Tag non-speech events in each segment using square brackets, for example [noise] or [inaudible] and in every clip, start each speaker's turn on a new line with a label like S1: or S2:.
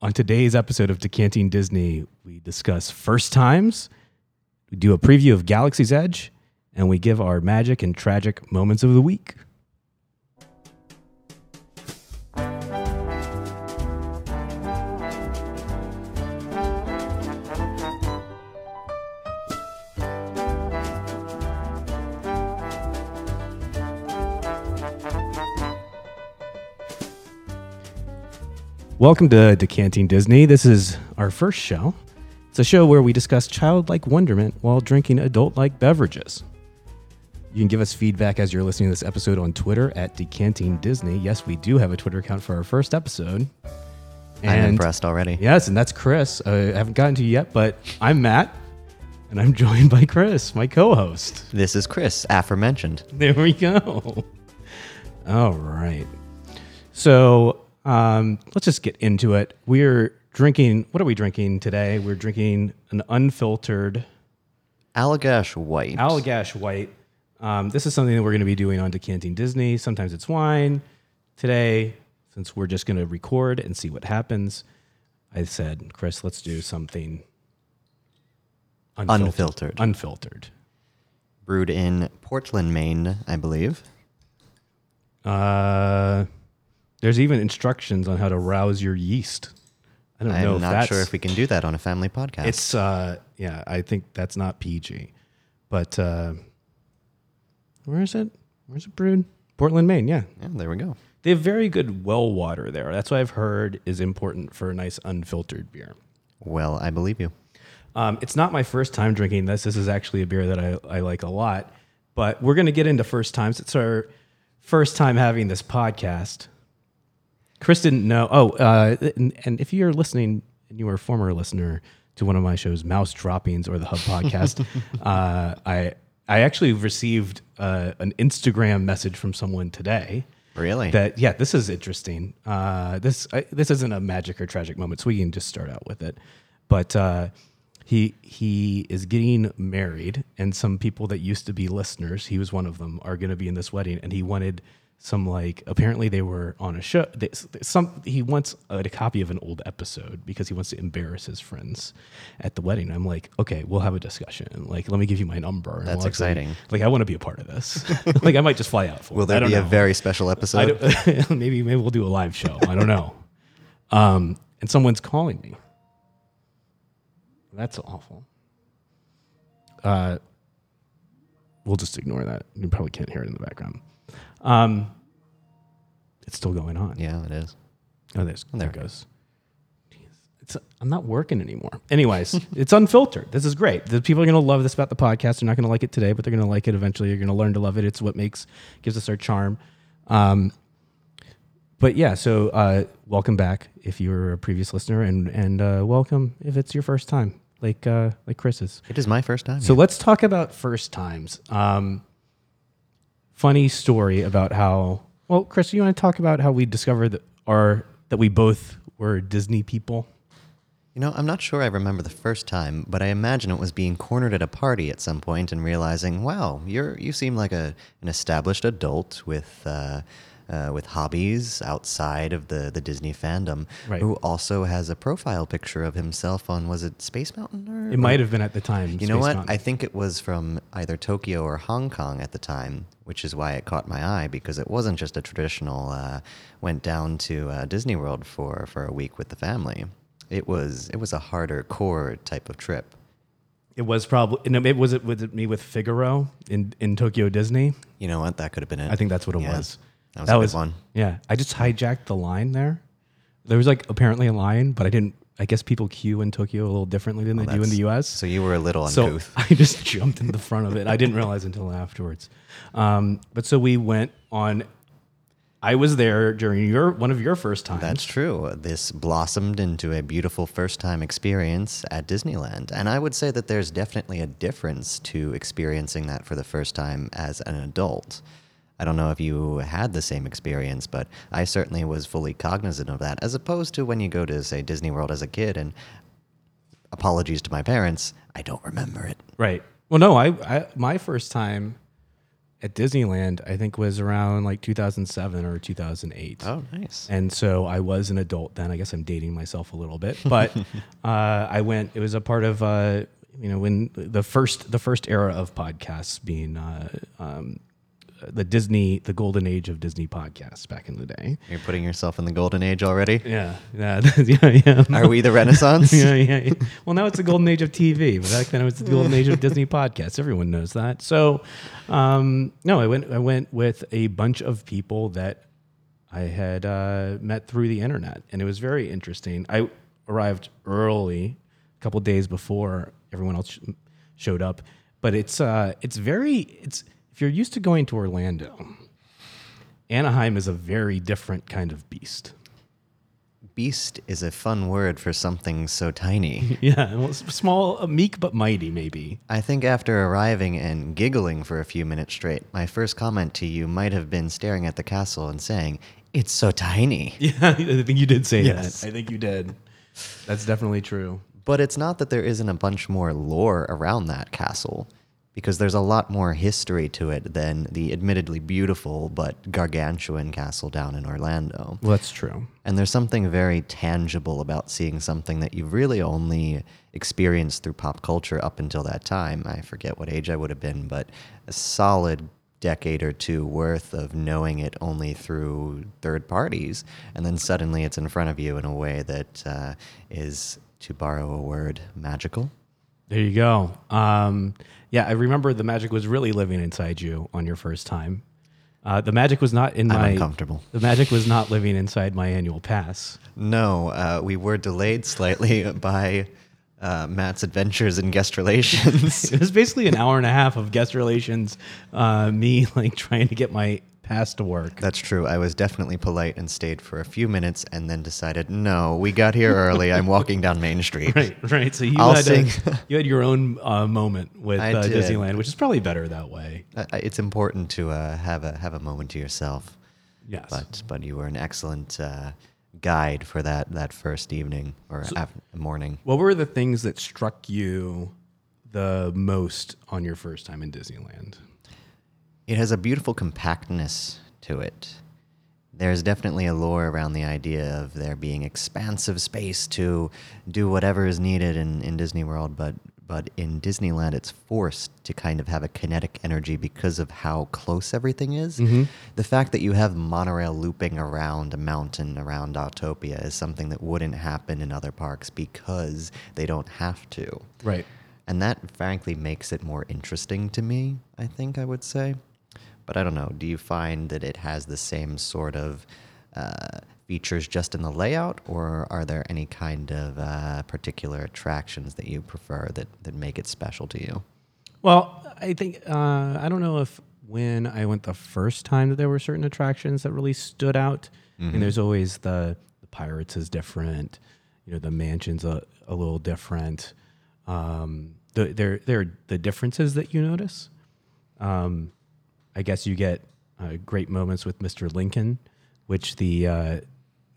S1: On today's episode of Decanting Disney, we discuss first times, we do a preview of Galaxy's Edge, and we give our magic and tragic moments of the week. Welcome to Decanting Disney. This is our first show. It's a show where we discuss childlike wonderment while drinking adult like beverages. You can give us feedback as you're listening to this episode on Twitter at Decanting Disney. Yes, we do have a Twitter account for our first episode.
S2: I'm impressed already.
S1: Yes, and that's Chris. Uh, I haven't gotten to you yet, but I'm Matt, and I'm [laughs] joined by Chris, my co host.
S2: This is Chris, aforementioned.
S1: There we go. All right. So um, let's just get into it. We're drinking, what are we drinking today? We're drinking an unfiltered
S2: Allagash White.
S1: Allagash White. Um, this is something that we're going to be doing on Decanting Disney. Sometimes it's wine. Today, since we're just going to record and see what happens, I said, Chris, let's do something
S2: Unfiltered.
S1: Unfiltered.
S2: brewed in Portland, Maine, I believe.
S1: Uh, there's even instructions on how to rouse your yeast. I don't know
S2: I'm
S1: if
S2: not
S1: that's
S2: sure if we can do that on a family podcast.
S1: It's uh yeah, I think that's not PG. But uh where is it? Where's it brewed? Portland, Maine, yeah.
S2: yeah, there we go.
S1: They have very good well water there. That's what I've heard is important for a nice unfiltered beer.
S2: Well, I believe you.
S1: Um, it's not my first time drinking this. This is actually a beer that I, I like a lot. But we're gonna get into first times. It's our first time having this podcast. Chris didn't know. Oh, uh, and, and if you're listening and you were a former listener to one of my shows, Mouse Droppings or the Hub Podcast, uh, I I actually received uh, an Instagram message from someone today
S2: Really?
S1: that yeah, this is interesting. Uh, this I, this isn't a magic or tragic moment, so we can just start out with it. But uh, he he is getting married, and some people that used to be listeners, he was one of them, are going to be in this wedding, and he wanted some like apparently they were on a show. They, some he wants a, a copy of an old episode because he wants to embarrass his friends at the wedding. I'm like, okay, we'll have a discussion. Like, let me give you my number. And
S2: That's
S1: we'll actually-
S2: exciting.
S1: Like, I want to be a part of this. [laughs] like, I might just fly out for.
S2: Will
S1: it.
S2: there
S1: I don't
S2: be a
S1: know.
S2: very special
S1: I
S2: episode?
S1: don't, [laughs] maybe maybe we'll do a live show. I don't know. Um, and someone's calling me. That's awful. Uh, we'll just ignore that. You probably can't hear it in the background. Um, it's still going on.
S2: Yeah, it is.
S1: Oh, there's, there it
S2: There.
S1: goes. Jeez. It's, I'm not working anymore. Anyways, [laughs] it's unfiltered. This is great. The people are going to love this about the podcast. They're not going to like it today, but they're going to like it eventually. You're going to learn to love it. It's what makes gives us our charm. Um, but yeah, so uh, welcome back if you were a previous listener, and and uh, welcome if it's your first time, like uh, like Chris's.
S2: It is my first time.
S1: So let's talk about first times. Um, funny story about how. Well, Chris, you want to talk about how we discovered that our that we both were Disney people?
S2: You know, I'm not sure I remember the first time, but I imagine it was being cornered at a party at some point and realizing, wow, you're you seem like a an established adult with uh, uh, with hobbies outside of the the Disney fandom,
S1: Right.
S2: who also has a profile picture of himself on was it Space Mountain or
S1: It might have been at the time.
S2: you know what? I think it was from either Tokyo or Hong Kong at the time, which is why it caught my eye because it wasn't just a traditional uh, went down to uh, Disney World for, for a week with the family. It was it was a harder core type of trip.
S1: it was probably. No, it was it with me with Figaro in in Tokyo Disney.
S2: You know what? That could have been it.
S1: I think that's what it
S2: Yeah.
S1: was.
S2: That was a good one.
S1: Yeah, I just hijacked the line there. There was like apparently a line, but I didn't. I guess people queue in Tokyo a little differently than they do in the U.S.
S2: so. You were a little [laughs]
S1: so
S2: uncouth.
S1: I just jumped in the front of it. I didn't realize until afterwards. Um, but so we went on. I was there during your one of your first times.
S2: That's true. This blossomed into a beautiful first time experience at Disneyland. And I would say that there's definitely a difference to experiencing that for the first time as an adult. I don't know if you had the same experience, but I certainly was fully cognizant of that, as opposed to when you go to, say, Disney World as a kid and apologies to my parents, I don't remember it.
S1: right. Well, no, I, I my first time at Disneyland, I think was around like 2007 or 2008.
S2: Oh, nice.
S1: And so I was an adult then. I guess I'm dating myself a little bit, but uh, I went. It was a part of uh, you know when the first the first era of podcasts being uh, um, the Disney the golden age of Disney podcasts back in the day.
S2: You're putting yourself in the golden age [laughs] already.
S1: Yeah, [laughs] yeah, yeah, yeah.
S2: Are we the [laughs]
S1: [laughs]
S2: Renaissance?
S1: yeah, yeah, yeah. Well, now it's the golden age of TV, but back then it was the golden age of Disney podcasts. Everyone knows that. So, um, no, I went. I went with a bunch of people that I had uh, met through the internet, and it was very interesting. I arrived early, a couple days before everyone else sh- showed up. But it's uh, it's very it's if you're used to going to Orlando, Anaheim is a very different kind of beast.
S2: Beast is a fun word for something so tiny.
S1: Yeah, well, s- small, uh, meek but mighty, maybe.
S2: I think after arriving and giggling for a few minutes straight, my first comment to you might have been staring at the castle and saying, It's so tiny.
S1: [laughs] Yeah, I think you did say
S2: Yes.
S1: that. I think you did. That's definitely true.
S2: But it's not that there isn't a bunch more lore around that castle, because there's a lot more history to it than the admittedly beautiful but gargantuan castle down in Orlando.
S1: Well, that's true.
S2: And there's something very tangible about seeing something that you've really only experienced through pop culture up until that time. I forget what age I would have been, but a solid decade or two worth of knowing it only through third parties. And then suddenly it's in front of you in a way that uh, is, to borrow a word, magical.
S1: There you go. Um, yeah, I remember the magic was really living inside you on your first time. Uh, the magic was not in
S2: I'm
S1: my.
S2: uncomfortable.
S1: The magic was not living inside my annual pass. [laughs]
S2: No, uh, we were delayed slightly [laughs] by uh, Matt's adventures in guest relations.
S1: It was basically an hour and a half of guest relations, uh, me [laughs] like trying to get my pass to work.
S2: That's true. I was definitely polite and stayed for a few minutes and then decided, no, we got here early. I'm walking down
S1: [laughs]
S2: Main Street.
S1: [laughs] Right, right. So you
S2: I'll
S1: had a-
S2: sing.
S1: [laughs] you had your own uh, moment with
S2: I
S1: uh,
S2: did.
S1: Disneyland, which is probably better that way.
S2: Uh, It's important to uh, have a have a moment to yourself.
S1: Yes.
S2: But but you were an excellent uh, guide for that that first evening or af- morning.
S1: What were the things that struck you the most on your first time in Disneyland?
S2: It has a beautiful compactness to it. There's definitely a lore around the idea of there being expansive space to do whatever is needed in, in Disney World, but but in Disneyland it's forced to kind of have a kinetic energy because of how close everything is. The fact that you have monorail looping around a mountain around Autopia is something that wouldn't happen in other parks because they don't have to.
S1: Right.
S2: And that frankly makes it more interesting to me, I think I would say. But I don't know. Do you find that it has the same sort of uh, features just in the layout, or are there any kind of uh, particular attractions that you prefer that, that make it special to you?
S1: Well, I think uh, I don't know if when I went the first time that there were certain attractions that really stood out. And there's always the the pirates is different, you know, the mansions a, a little different. Um, the, there there are the differences that you notice. Um, I guess you get uh, great moments with Mr. Lincoln, which the uh,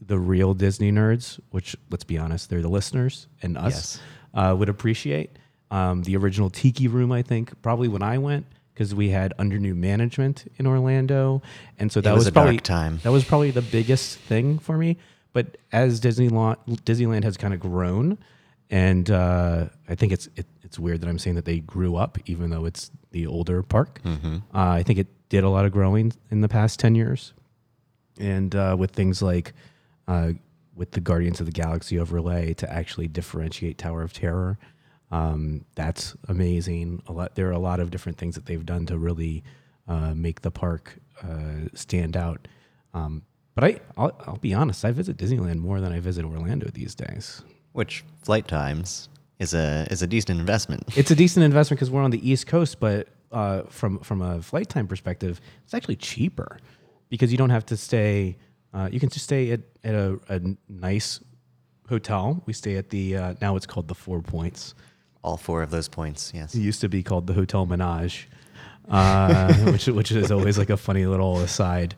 S1: the real Disney nerds, which let's be honest, they're the listeners and us, uh, would appreciate. Um, the original Tiki Room, I think, probably when I went, because we had under new management in Orlando, and so that
S2: was
S1: was,
S2: a dark
S1: probably
S2: time.
S1: that was probably the biggest thing for me. But as Disneyland Disneyland has kind of grown, and uh, I think it's it, it's weird that I'm saying that they grew up, even though it's the older park. Uh, I think it did a lot of growing in the past ten years, and uh, with things like uh, with the Guardians of the Galaxy overlay to actually differentiate Tower of Terror. Um, that's amazing. A lot, there are a lot of different things that they've done to really uh, make the park uh, stand out. Um, but I, I'll, I'll be honest, I visit Disneyland more than I visit Orlando these days.
S2: Which flight times is a is a decent investment.
S1: It's a decent investment because we're on the East Coast, but uh, from from a flight time perspective, it's actually cheaper because you don't have to stay. Uh, you can just stay at, at a, a nice hotel. We stay at the uh, now it's called the Four Points.
S2: All four of those points, yes.
S1: It used to be called the Hotel Menage, uh, [laughs] which which is always like a funny little aside.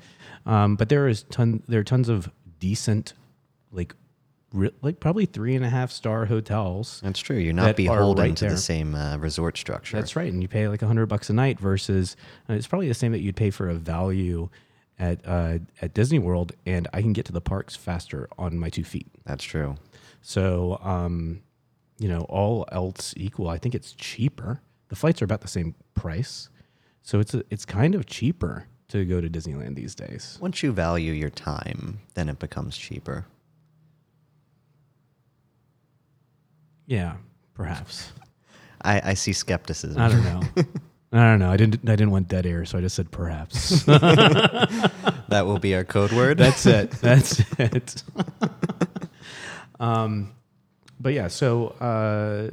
S1: Um, but there is ton there are tons of decent like re- like probably three and a half star hotels.
S2: That's true. You're not
S1: that are
S2: beholden
S1: right
S2: to
S1: there.
S2: the same uh, resort structure.
S1: That's right, and you pay like a hundred bucks a night versus uh, it's probably the same that you'd pay for a value at uh, at Disney World, and I can get to the parks faster on my two feet.
S2: That's true.
S1: So, um, you know, all else equal, I think it's cheaper. The flights are about the same price, so it's a, it's kind of cheaper to go to Disneyland these days.
S2: Once you value your time, then it becomes cheaper.
S1: Yeah, perhaps.
S2: I, I see skepticism.
S1: I don't know. I don't know. I didn't. I didn't want dead air, so I just said perhaps. [laughs]
S2: that will be our code word.
S1: That's it. [laughs] That's it. um, but yeah, so uh,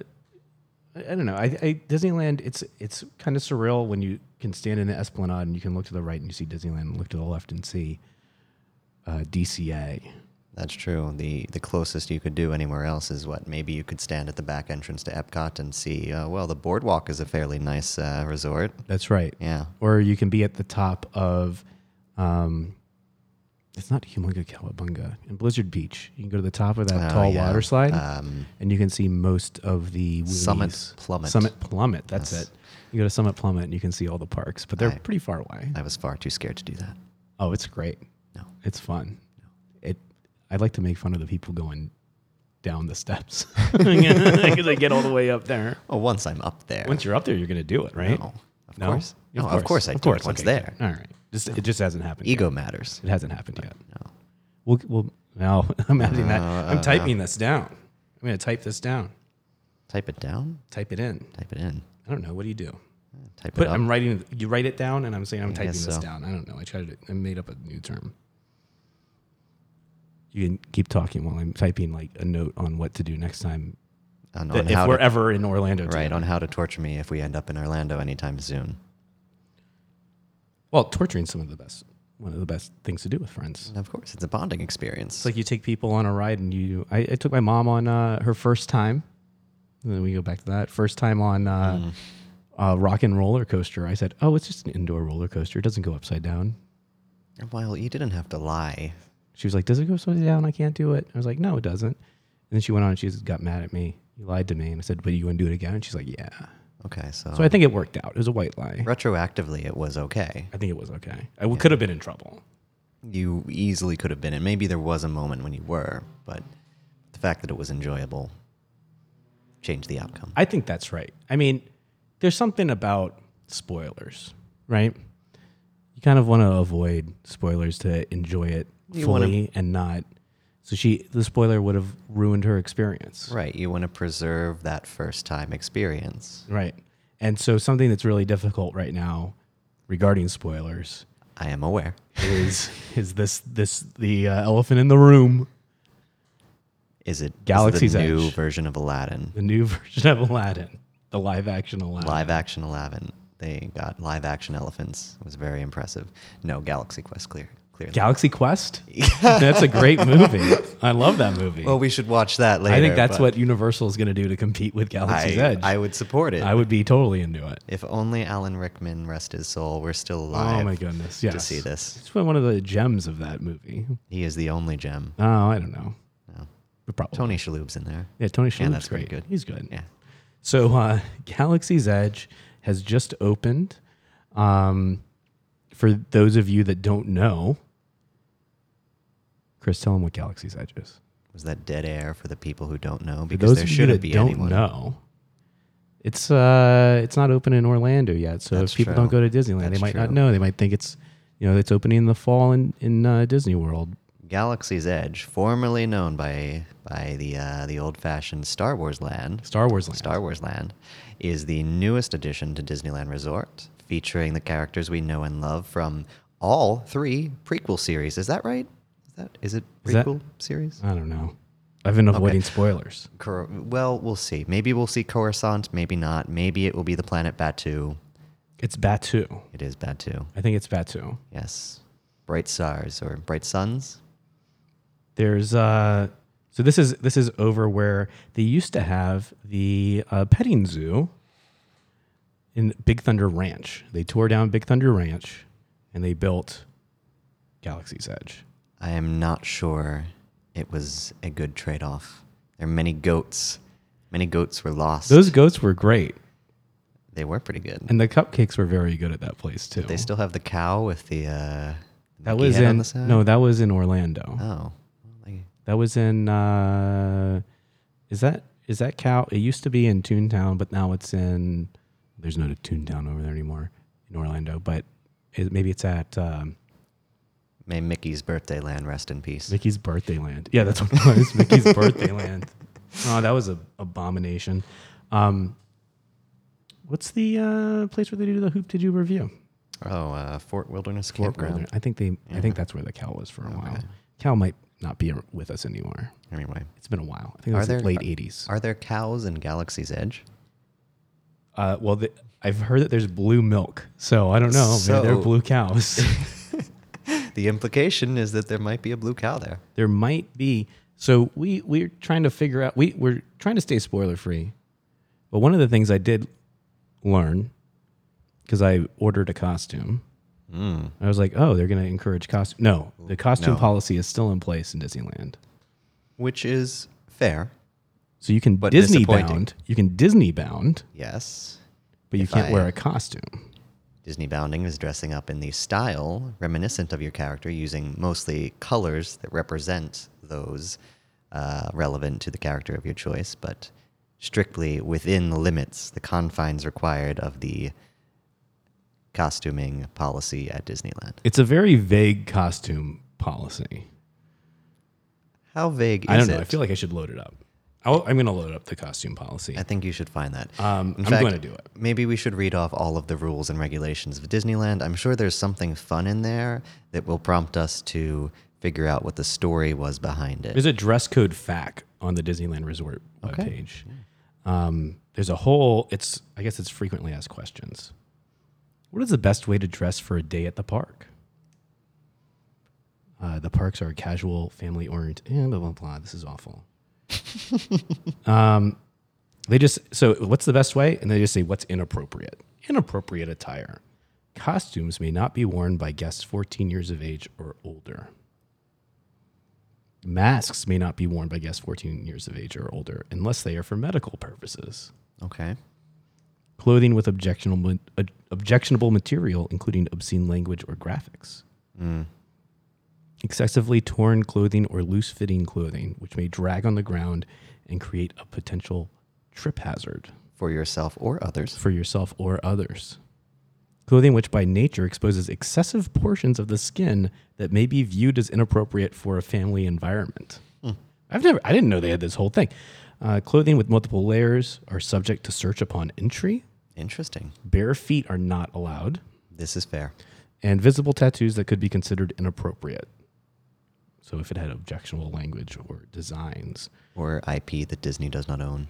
S1: I, I don't know. I, I Disneyland. It's it's kind of surreal when you can stand in the Esplanade and you can look to the right and you see Disneyland, and look to the left and see uh, DCA.
S2: That's true. The the closest you could do anywhere else is what maybe you could stand at the back entrance to Epcot and see. Uh, well, the boardwalk is a fairly nice uh, resort.
S1: That's right.
S2: Yeah,
S1: Or you can be at the top of. Um, it's not Humunga Cowabunga in Blizzard Beach. You can go to the top of that
S2: Oh,
S1: tall
S2: yeah.
S1: water slide.
S2: Um,
S1: and you can see most of the Woolies.
S2: Summit Plummet.
S1: Summit Plummet. That's
S2: Yes.
S1: it. You go to Summit Plummet and you can see all the parks, but they're
S2: I-
S1: pretty far away.
S2: I was far too scared to do that.
S1: Oh, it's great.
S2: No.
S1: It's fun. It. I'd like to make fun of the people going down the steps [laughs] because they get all the way up there.
S2: Oh, once I'm up there.
S1: Once you're up there, you're going to do it, right?
S2: no, of
S1: No?
S2: course. No, of course, I do it once
S1: Okay,
S2: there.
S1: All right. Just it just hasn't happened.
S2: Ego matters.
S1: Yet. It hasn't happened yet. No. We'll. we'll no, [laughs] I'm adding that.
S2: Uh,
S1: I'm typing this down. I'm going to type this down.
S2: Type it down.
S1: Type it in.
S2: Type it in.
S1: I don't know. What do you do?
S2: Type
S1: But
S2: it up.
S1: I'm writing. You write it down, and I'm saying I'm typing
S2: guess
S1: this
S2: so.
S1: down. I don't know. I tried. To, I made up a new term. You can keep talking while I'm typing like a note on what to do next time
S2: on,
S1: that
S2: on
S1: if
S2: how
S1: we're
S2: to,
S1: ever in Orlando.
S2: right
S1: together.
S2: on how to torture me if we end up in Orlando anytime soon.
S1: Well, torturing some of the best. One of the best things to do with friends.
S2: And of course, it's a bonding experience.
S1: It's like you take people on a ride, and you. I, I took my mom on uh, her first time. And then we go back to that first time on. Uh, Uh, rock and roller coaster. I said, "Oh, it's just an indoor roller coaster. It doesn't go upside down."
S2: well, you didn't have to lie.
S1: She was like, "Does it go upside down? I can't do it." I was like, "No, it doesn't." And then she went on and she just got mad at me. You lied to me, and I said, "But you want to do it again?" And she's like, "Yeah."
S2: Okay, so,
S1: So I think it worked out. It was a white lie.
S2: retroactively, it was okay.
S1: I think it was okay. I w- could have been in trouble.
S2: You easily could have been, and maybe there was a moment when you were, but the fact that it was enjoyable changed the outcome.
S1: I think that's right. I mean, there's something about spoilers, right? You kind of want to avoid spoilers to enjoy it
S2: You wanna-
S1: fully and not. So she, the spoiler would have ruined her experience.
S2: Right, you want to preserve that first time experience.
S1: Right. And so something that's really difficult right now regarding spoilers
S2: I am aware.
S1: is [laughs] is this this the uh, elephant in the room,
S2: Is it is it
S1: Galaxy's
S2: the new
S1: Edge.
S2: version of Aladdin?
S1: the new [laughs] version of Aladdin, the live action Aladdin?
S2: Live action Aladdin. They got live action elephants. It was very impressive. No, Galaxy Quest clear clearly.
S1: Galaxy
S2: [laughs]
S1: Quest. that's a great movie. I love that movie.
S2: well, we should watch that later.
S1: I think that's
S2: but
S1: what Universal is going to do to compete with Galaxy's
S2: I,
S1: Edge.
S2: I
S1: I,
S2: would support it.
S1: would be totally into it.
S2: If only Alan Rickman, rest his soul, were still alive
S1: Oh my goodness! Yes,
S2: to see this.
S1: It's one of the gems of that movie.
S2: He is the only gem.
S1: Oh, I don't know.
S2: No.
S1: But probably.
S2: Tony Shalhoub's in there.
S1: Yeah, Tony Shalhoub's
S2: Yeah, that's pretty
S1: great.
S2: good.
S1: He's good.
S2: Yeah.
S1: So uh, Galaxy's Edge has just opened. Um, for those of you that don't know, Chris, tell them what Galaxy's Edge is.
S2: Was that dead air for the people who don't know?
S1: For
S2: Because
S1: those
S2: there
S1: of you
S2: shouldn't
S1: that
S2: be
S1: don't
S2: anyone.
S1: know, it's uh, it's not open in Orlando yet. So
S2: That's
S1: if people
S2: true.
S1: don't go to Disneyland, they
S2: That's
S1: might not
S2: true.
S1: know. They might think it's you know it's opening in the fall in in uh, Disney World.
S2: Galaxy's Edge, formerly known by by the uh, the old fashioned Star Wars land,
S1: Star Wars Land.
S2: Star Wars Land, is the newest addition to Disneyland Resort, featuring the characters we know and love from all three prequel series. Is that right? Is that is it
S1: Is that-
S2: prequel series?
S1: I don't know. I've been avoiding spoilers.
S2: Cor- well, we'll see. Maybe we'll see Coruscant. Maybe not. Maybe it will be the planet Batu.
S1: It's Batu.
S2: It is Batu.
S1: I think it's Batu.
S2: Yes, bright stars or bright suns.
S1: There's uh so this is this is over where they used to have the uh, petting zoo in Big Thunder Ranch. They tore down Big Thunder Ranch and they built Galaxy's Edge.
S2: I am not sure it was a good trade off. There are many goats. Many goats were lost.
S1: Those goats were great,
S2: they were pretty good.
S1: and the cupcakes were very good at that place too.
S2: They still have the cow with the uh,
S1: that
S2: Mickey
S1: was
S2: head on
S1: in
S2: the side?
S1: no, that was in Orlando.
S2: Oh, Like,
S1: That was in uh, is that is that cow? It used to be in Toontown, but now it's in. There's no Toontown over there anymore in Orlando, but it, maybe it's at um,
S2: may Mickey's birthday land rest in peace.
S1: Mickey's Birthday Land. Yeah, that's what it was. [laughs] Mickey's Birthday Land. Oh, that was an abomination. Um, what's the uh, place where they do the hoop to do review?
S2: Oh, uh, Fort Wilderness
S1: Fort
S2: Campground.
S1: Brother. I think they. I think that's where the cow was for a while. Cow might not be with us anymore.
S2: Anyway,
S1: It's been a while. I think it
S2: Are
S1: was
S2: there-
S1: late '80s.
S2: are there cows in Galaxy's Edge?
S1: Uh, well, the, I've heard that there's blue milk, so I don't know. Maybe they're
S2: So-
S1: blue
S2: [laughs]
S1: cows.
S2: The implication is that there might be a blue cow there.
S1: there might be. So we we're trying to figure out. We we're trying to stay spoiler free, but one of the things I did learn because I ordered a costume. I was like, oh, they're going to encourage costume. No, the costume
S2: Hmm. No.
S1: policy is still in place in Disneyland.
S2: which is fair.
S1: So you can
S2: But
S1: Disney
S2: disappointing.
S1: bound. You can Disney bound,
S2: Yes.
S1: but you can't
S2: I-
S1: wear a costume.
S2: Disney bounding is dressing up in the style reminiscent of your character using mostly colors that represent those uh, relevant to the character of your choice, but strictly within the limits, the confines required of the costuming policy at Disneyland.
S1: It's a very vague costume policy.
S2: How vague is
S1: I don't know.
S2: it?
S1: I feel like I should load it up. i am going to load up the costume policy.
S2: I think you should find that.
S1: Um,
S2: In
S1: I'm gonna do it.
S2: Maybe we should read off all of the rules and regulations of Disneyland. I'm sure there's something fun in there that will prompt us to figure out what the story was behind it.
S1: There's a dress code FAQ on the Disneyland Resort webpage. Um, there's a whole. It's I guess it's frequently asked questions. What is the best way to dress for a day at the park? Uh, the parks are casual, family oriented, and blah blah blah. This is awful. um, they just so what's the best way, and they just say what's inappropriate. Inappropriate attire. Costumes may not be worn by guests 14 years of age or older. Masks may not be worn by guests 14 years of age or older unless they are for medical purposes.
S2: Okay.
S1: Clothing with objectionable, uh, objectionable material, including obscene language or graphics. Excessively torn clothing or loose fitting clothing, which may drag on the ground and create a potential trip hazard
S2: For yourself or others.
S1: for yourself or others. Clothing which by nature exposes excessive portions of the skin that may be viewed as inappropriate for a family environment. I've never, I didn't know they had this whole thing. Uh, clothing with multiple layers are subject to search upon entry.
S2: Interesting.
S1: Bare feet are not allowed,
S2: This is fair.
S1: and visible tattoos that could be considered inappropriate. So if it had objectionable language or designs,
S2: Or IP that Disney does not own.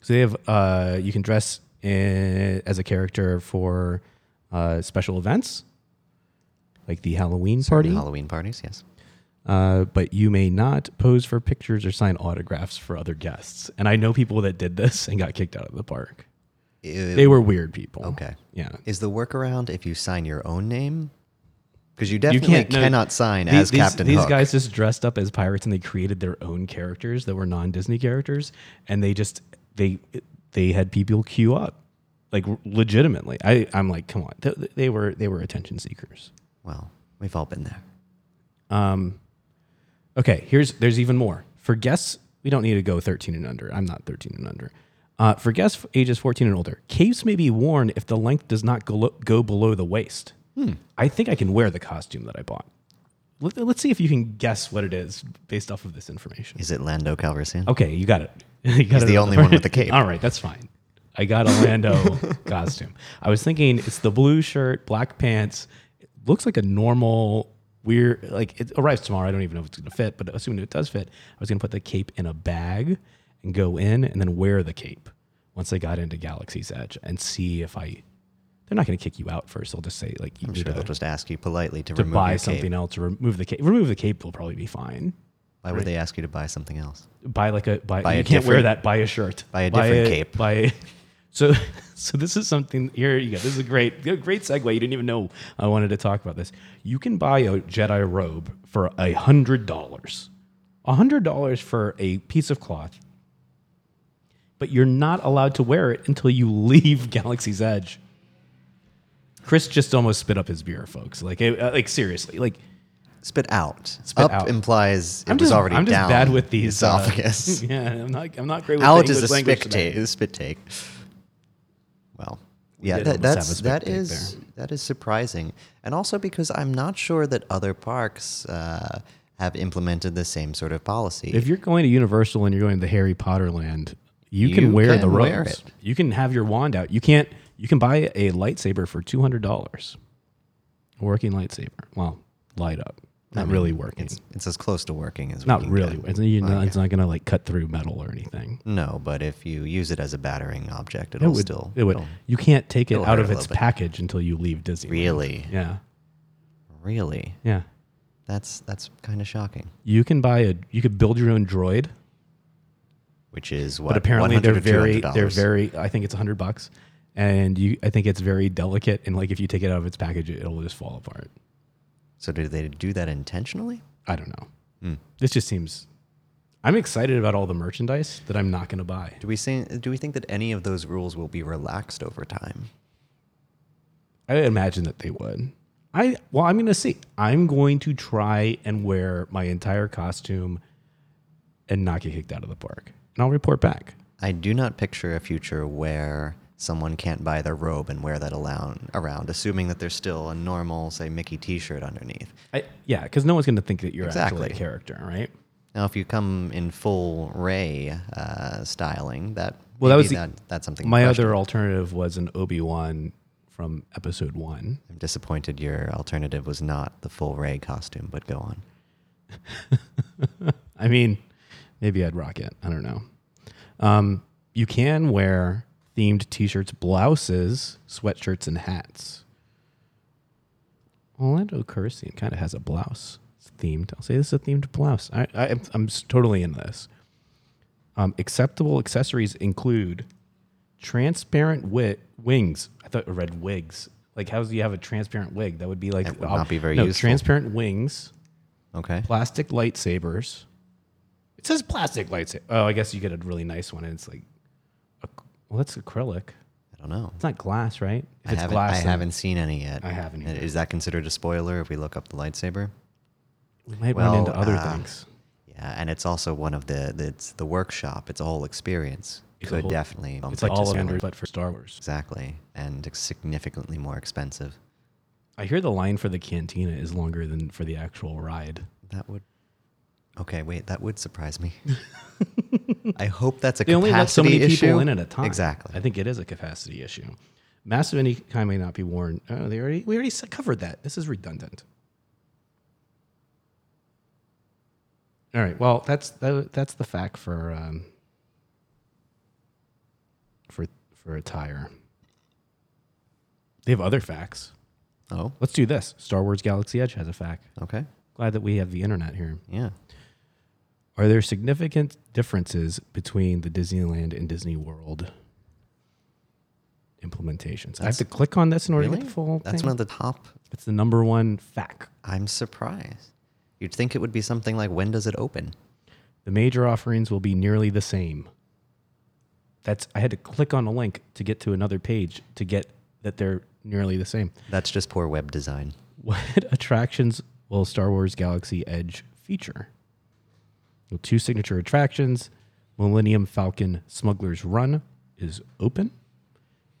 S1: So they have uh, you can dress in, as a character for uh, special events, like the Halloween
S2: Certain
S1: party.
S2: Halloween parties, yes.
S1: uh, but you may not pose for pictures or sign autographs for other guests. And I know people that did this and got kicked out of the park.
S2: Ew.
S1: They were weird people.
S2: Okay.
S1: Yeah.
S2: Is the workaround if you sign your own name? Because you
S1: You
S2: definitely
S1: can't no,
S2: cannot sign
S1: the-
S2: as
S1: these,
S2: Captain
S1: These
S2: Hook.
S1: guys just dressed up as pirates and they created their own characters that were non-Disney characters, and they just they they had people queue up like legitimately. I I'm like, come on, they, they were they were attention seekers.
S2: Well, we've all been there.
S1: Um, okay, here's there's even more for guests. We don't need to go 13 and under. I'm not 13 and under. Uh, for guests ages 14 and older, capes may be worn if the length does not go, go below the waist.
S2: Hmm.
S1: I think I can wear the costume that I bought. Let, let's see if you can guess what it is based off of this information.
S2: Is it Lando Calrissian?
S1: Okay, you got it. [laughs] You got it
S2: the
S1: on
S2: only one
S1: [laughs]
S2: with the
S1: front.
S2: cape.
S1: All right, that's fine. I got a
S2: [laughs]
S1: Lando costume. I was thinking it's the blue shirt, black pants. It looks like a normal weird like it arrives tomorrow. I don't even know if it's gonna fit, but assuming it does fit, I was gonna put the cape in a bag and go in and then wear the cape once I got into Galaxy's Edge and see if I they're not gonna kick you out first. They'll just say like you
S2: I'm
S1: need to,
S2: sure they'll just ask you politely to,
S1: to
S2: remove
S1: buy
S2: your cape.
S1: something else or remove the cape. Remove the cape will probably be fine.
S2: Why would they ask you to buy something else?
S1: buy like a buy,
S2: Buy
S1: you
S2: a
S1: can't wear
S2: different-
S1: that buy a shirt
S2: buy a different cape.
S1: buy a, [laughs] so so this is something here you go this is a great great segue you didn't even know i wanted to talk about this you can buy a jedi robe for a hundred dollars $100 for a piece of cloth, but you're not allowed to wear it until you [laughs] leave Galaxy's Edge. Chris just almost spit up his beer, folks. Like, it, uh, like seriously, like [laughs]
S2: Spit out.
S1: Spit
S2: Up
S1: out.
S2: implies it
S1: I'm
S2: was
S1: just
S2: already
S1: I'm just
S2: down
S1: bad with these uh, [laughs]
S2: esophagus.
S1: yeah, I'm not I'm not great with
S2: out
S1: the
S2: is a
S1: English language
S2: spit
S1: today.
S2: take. is Spit take. Well, yeah,
S1: did almost
S2: that,
S1: have a
S2: that's
S1: spit
S2: that
S1: take
S2: is that is surprising, and also because I'm not sure that other parks uh, have implemented the same sort of policy.
S1: If you're going to Universal and you're going to Harry Potter land, you can
S2: You
S1: wear
S2: can
S1: the robes.
S2: wear it.
S1: You can have your wand out. You can't. You can buy a lightsaber for two hundred dollars. A working lightsaber. Well, light up. Not really working.
S2: it's, it's as close to working as we
S1: Not
S2: can
S1: really.
S2: get.
S1: It's, you know, it's not going to like cut through metal or anything.
S2: No, but if you use it as a battering object, it'll
S1: It would-
S2: still
S1: it would.
S2: it'll-
S1: You can't take it
S2: it'll
S1: out
S2: hurt
S1: of
S2: a
S1: its
S2: little bit.
S1: package until you leave Disney.
S2: really,
S1: Yeah.
S2: really.
S1: Yeah.
S2: That's that's kind of shocking.
S1: You can buy a. You could build your own droid.
S2: Which is what
S1: but apparently they're
S2: 100 to
S1: very they're
S2: $200.
S1: very i think it's 100 bucks and you i think it's very delicate and like if you take it out of its package it'll just fall apart
S2: So do they do that intentionally?
S1: i don't know
S2: Hmm.
S1: this just seems i'm excited about all the merchandise that i'm not going to buy
S2: Do we say, do we think that any of those rules will be relaxed over time?
S1: i imagine that they would i well i'm going to see i'm going to try and wear my entire costume and not get kicked out of the park and i'll report back
S2: I do not picture a future where someone can't buy their robe and wear that around, around assuming that there's still a normal, say, Mickey T-shirt underneath.
S1: I, yeah because no one's going to think that you're actually
S2: Exactly.
S1: a character right
S2: Now, if you come in full Ray uh, styling, that
S1: Well, that
S2: maybe
S1: was the-
S2: that, that's something.
S1: my
S2: fresh.
S1: other alternative was an obi-wan from episode one
S2: I'm disappointed your alternative was not the full Ray costume, but go on.
S1: I mean, maybe I'd rock it. I don't know. Um, you can wear themed t-shirts, blouses, sweatshirts, and hats. Orlando Cursian kind of has a blouse. It's themed. I'll say this is a themed blouse. I, I, I'm- I'm s- totally in this. Um, acceptable accessories include transparent wit wings. I thought I read wigs. Like, how do you have a transparent wig? That would be like
S2: That would not be very
S1: no,
S2: useful.
S1: Transparent wings
S2: Okay.
S1: plastic lightsabers. It says plastic lightsaber. Oh, I guess you get a really nice one, and it's like, ac- well, that's acrylic.
S2: I don't know.
S1: It's not glass, right? If
S2: I
S1: it's
S2: haven't, I
S1: then
S2: haven't seen any yet. Uh,
S1: I haven't either.
S2: Is that considered a spoiler if we look up the lightsaber?
S1: We might
S2: well,
S1: run into other
S2: uh,
S1: things.
S2: Yeah, and it's also one of the, the it's the workshop. It's a whole experience.
S1: It's a
S2: Could
S1: whole-
S2: definitely bump
S1: It's like
S2: it to
S1: all of
S2: Star Wars.
S1: but for Star Wars.
S2: exactly, and it's significantly more expensive.
S1: I hear the line for the cantina is longer than for the actual ride.
S2: That would. Okay, wait. That would surprise
S1: [laughs]
S2: me. I hope that's a
S1: They only let so
S2: capacity
S1: many
S2: issue.
S1: people in at a time.
S2: Exactly.
S1: I think it is a capacity issue. Mass of any kind may not be worn. Oh, they already we already s- covered that. This is redundant. All right. Well, that's that, that's the fact for um, for for attire. They have other facts.
S2: Oh,
S1: Let's do this. Star Wars Galaxy Edge has a fact.
S2: okay.
S1: Glad that we have the internet here.
S2: Yeah.
S1: Are there significant differences between the Disneyland and Disney World implementations? I have to click on this in order to get the full
S2: That's
S1: thing.
S2: one of the top.
S1: it's the number one fact.
S2: I'm surprised. You'd think it would be something like when does it open?
S1: The major offerings will be nearly the same. That's I had to click on a link to get to another page to get that they're nearly the same.
S2: That's just poor web design.
S1: What [laughs] attractions will Star Wars Galaxy Edge feature? Well, two signature attractions Millennium Falcon Smuggler's Run is open,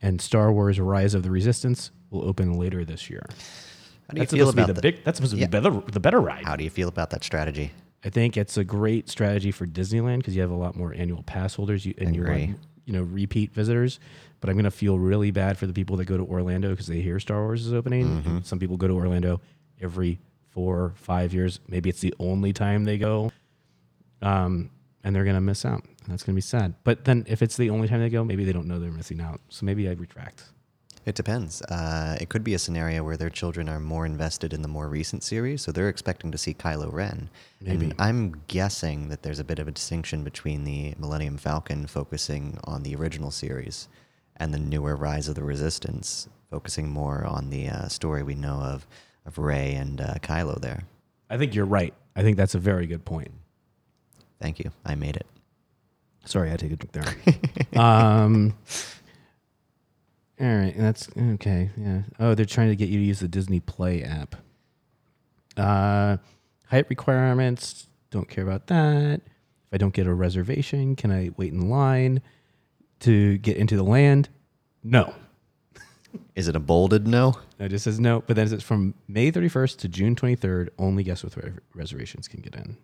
S1: and Star Wars Rise of the Resistance will open later this year.
S2: How do you
S1: That's
S2: feel
S1: supposed to be
S2: about
S1: the
S2: that?
S1: big. That's supposed to be better, the better ride.
S2: How do you feel about that strategy?
S1: I think it's a great strategy for Disneyland because you have a lot more annual pass holders you, and you
S2: Agree.
S1: want you know repeat visitors. But I'm gonna feel really bad for the people that go to Orlando because they hear Star Wars is opening. And some people go to Orlando every four, five years. Maybe it's the only time they go, um, and they're gonna miss out. And that's gonna be sad. But then if it's the only time they go, maybe they don't know they're missing out. So maybe I retract.
S2: It depends. Uh, it could be a scenario where their children are more invested in the more recent series, so they're expecting to see Kylo Ren. And I'm guessing that there's a bit of a distinction between the Millennium Falcon focusing on the original series and the newer Rise of the Resistance focusing more on the uh, story we know of of Rey and uh, Kylo there.
S1: I think you're right. I think that's a very good point.
S2: Thank you. I made it.
S1: Sorry, I take a drink there. um, all right, that's okay. Yeah. Oh, they're trying to get you to use the Disney Play app. Uh, height requirements. Don't care about that. If I don't get a reservation, can I wait in line to get into the land? No.
S2: Is it a bolded no?
S1: It just says no. But then it says from May 31st to June 23rd, only guests with re- reservations can get in.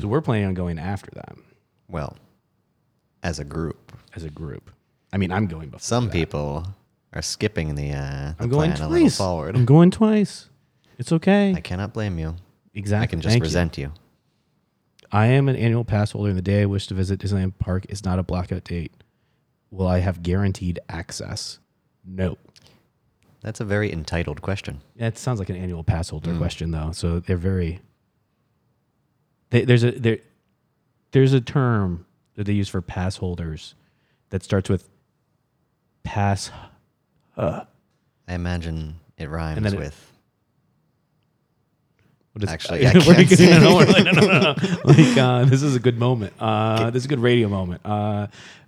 S1: So we're planning on going after that
S2: Well, as a group,
S1: as a group. I mean, I'm going before.
S2: some
S1: that.
S2: people are skipping the, uh, the
S1: I'm going
S2: plan a little
S1: twice.
S2: forward.
S1: I'm going twice. It's okay.
S2: I cannot blame you.
S1: exactly.
S2: I can just
S1: Thank you.
S2: resent you.
S1: I am an annual pass holder, and the day I wish to visit Disneyland Park is not a blackout date. Will I have guaranteed access? No.
S2: That's a very entitled question.
S1: That sounds like an annual pass holder
S2: Hmm.
S1: question, though. So they're very. They, there's a there, there's a term that they use for pass holders that starts with pass
S2: I imagine it rhymes
S1: then it-
S2: with.
S1: [laughs] What is-
S2: Actually, I can't
S1: Like,
S2: say.
S1: you know, like, no, no, no. [laughs] Like, uh, this is a good moment. Uh, this is a good radio moment. Uh,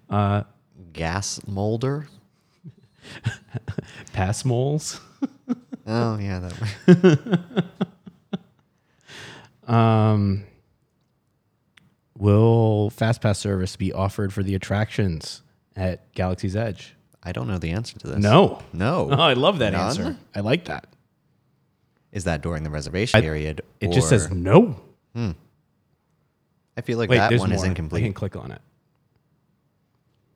S1: uh,
S2: gas molder.
S1: pass moles.
S2: Oh yeah, that way.
S1: Um, will fast pass service be offered for the attractions at Galaxy's Edge?
S2: I don't know the answer to this.
S1: No.
S2: no.
S1: Oh, [laughs] I love that
S2: None?
S1: answer. I like that.
S2: Is that during the reservation period?
S1: It just
S2: or-
S1: says no.
S2: I feel like
S1: Wait,
S2: that
S1: there's
S2: one
S1: more.
S2: is
S1: I can
S2: incomplete.
S1: click on it.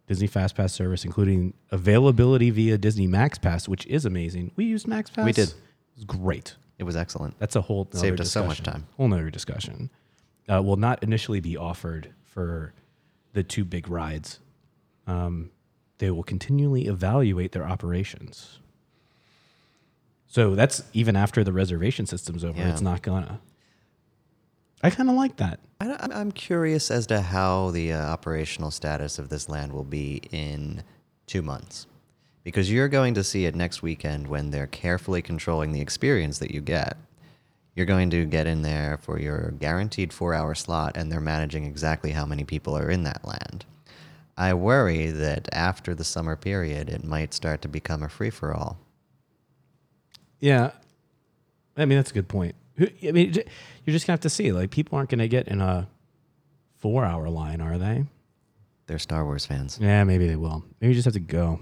S1: Disney Fast Pass service, including availability via Disney Max Pass, which is amazing. We used Max Pass.
S2: did.
S1: It was great.
S2: It was excellent.
S1: That's a whole nother
S2: Saved us so much
S1: discussion.
S2: time.
S1: Whole nother discussion. Uh, will not initially be offered for the two big rides. Um, they will continually evaluate their operations. So that's even after the reservation system's over.
S2: Yeah.
S1: It's not gonna. I kind of like that.
S2: I, don't- I'm curious as to how the uh, operational status of this land will be in two months, because you're going to see it next weekend when they're carefully controlling the experience that you get. You're going to get in there for your guaranteed four hour slot, and they're managing exactly how many people are in that land. I worry that after the summer period, it might start to become a free for all.
S1: Yeah, I mean that's a good point. Who- I mean, j- you're just gonna have to see. Like, people aren't gonna get in a four-hour line, are they?
S2: They're Star Wars fans.
S1: Yeah, maybe they will. Maybe you just have to go.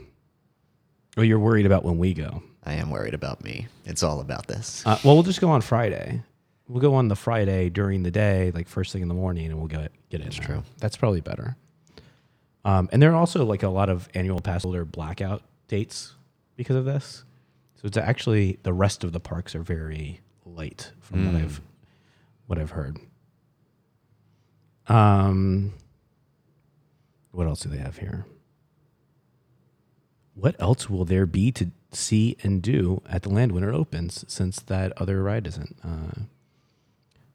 S1: Or you're worried about when we go.
S2: I am worried about me. It's all about this.
S1: Uh, well, we'll just go on Friday. We'll go on the Friday during the day, like first thing in the morning, and we'll get get in. That's
S2: true.
S1: That's probably better. Um, and there are also like a lot of annual pass holder blackout dates because of this. So it's actually the rest of the parks are very light from what I've what I've heard. Um, what else do they have here? What else will there be to see and do at the land when it opens? Since that other ride isn't uh,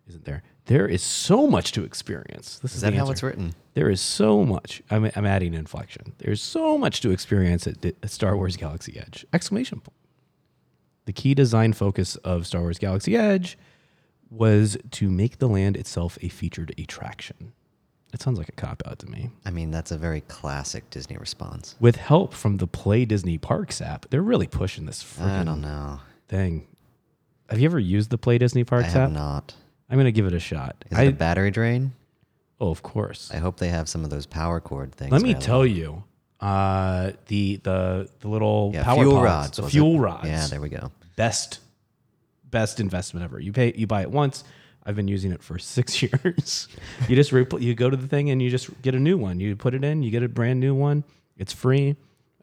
S1: isn't there? There is so much to experience. This is,
S2: Is that
S1: the
S2: how
S1: answer.
S2: it's written?
S1: There is so much. I'm, I'm adding inflection. There's so much to experience at, at Star Wars Galaxy Edge! Exclamation point. The key design focus of Star Wars Galaxy Edge was to make the land itself a featured attraction. It sounds like a cop out to me.
S2: I mean, that's a very classic Disney response.
S1: With help from the Play Disney Parks app, they're really pushing this
S2: I
S1: freaking
S2: don't know.
S1: thing. Have you ever used the Play Disney
S2: I
S1: Parks
S2: have
S1: app?
S2: not.
S1: I'm going to give it a shot.
S2: Is
S1: I,
S2: it a battery drain?
S1: oh, of course.
S2: I hope they have some of those power cord things.
S1: Let me
S2: available.
S1: tell you, uh, the the the little
S2: Yeah,
S1: power
S2: fuel
S1: pods,
S2: rods.
S1: the
S2: was
S1: fuel
S2: it?
S1: rods,
S2: Yeah, there we go.
S1: best best investment ever. You pay, you buy it once. I've been using it for [laughs] six years. you just repl- you go to the thing and you just get a new one. You put it in, you get a brand new one. It's free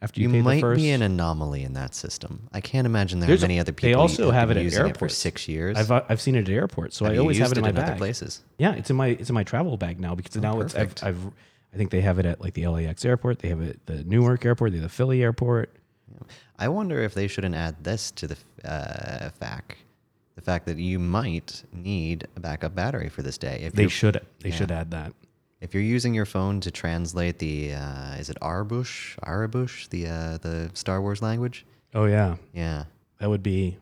S1: after you,
S2: You
S1: pay
S2: might
S1: the first.
S2: be an anomaly in that system. I can't imagine there
S1: There's
S2: are
S1: a-
S2: many other
S1: they
S2: people.
S1: also
S2: who've
S1: have
S2: been
S1: it at
S2: using it for
S1: airports.
S2: six years.
S1: I've uh, I've seen it at airports, so I
S2: You
S1: always have
S2: used
S1: it in my
S2: other
S1: bag.
S2: places. Oh,
S1: Yeah, it's in my it's in my travel bag now because now it's I've,
S2: perfect.
S1: I've I think they have it at like the LAX airport. They have it at the Newark airport. They have the Philly airport.
S2: I wonder if they shouldn't add this to the uh, fact, the fact that you might need a backup battery for this day. If
S1: They
S2: you're,
S1: should they should add that.
S2: if you're using your phone to translate the uh, is it Arabush, Arabush, the uh, the Star Wars language?
S1: Oh yeah,
S2: Yeah,
S1: that would be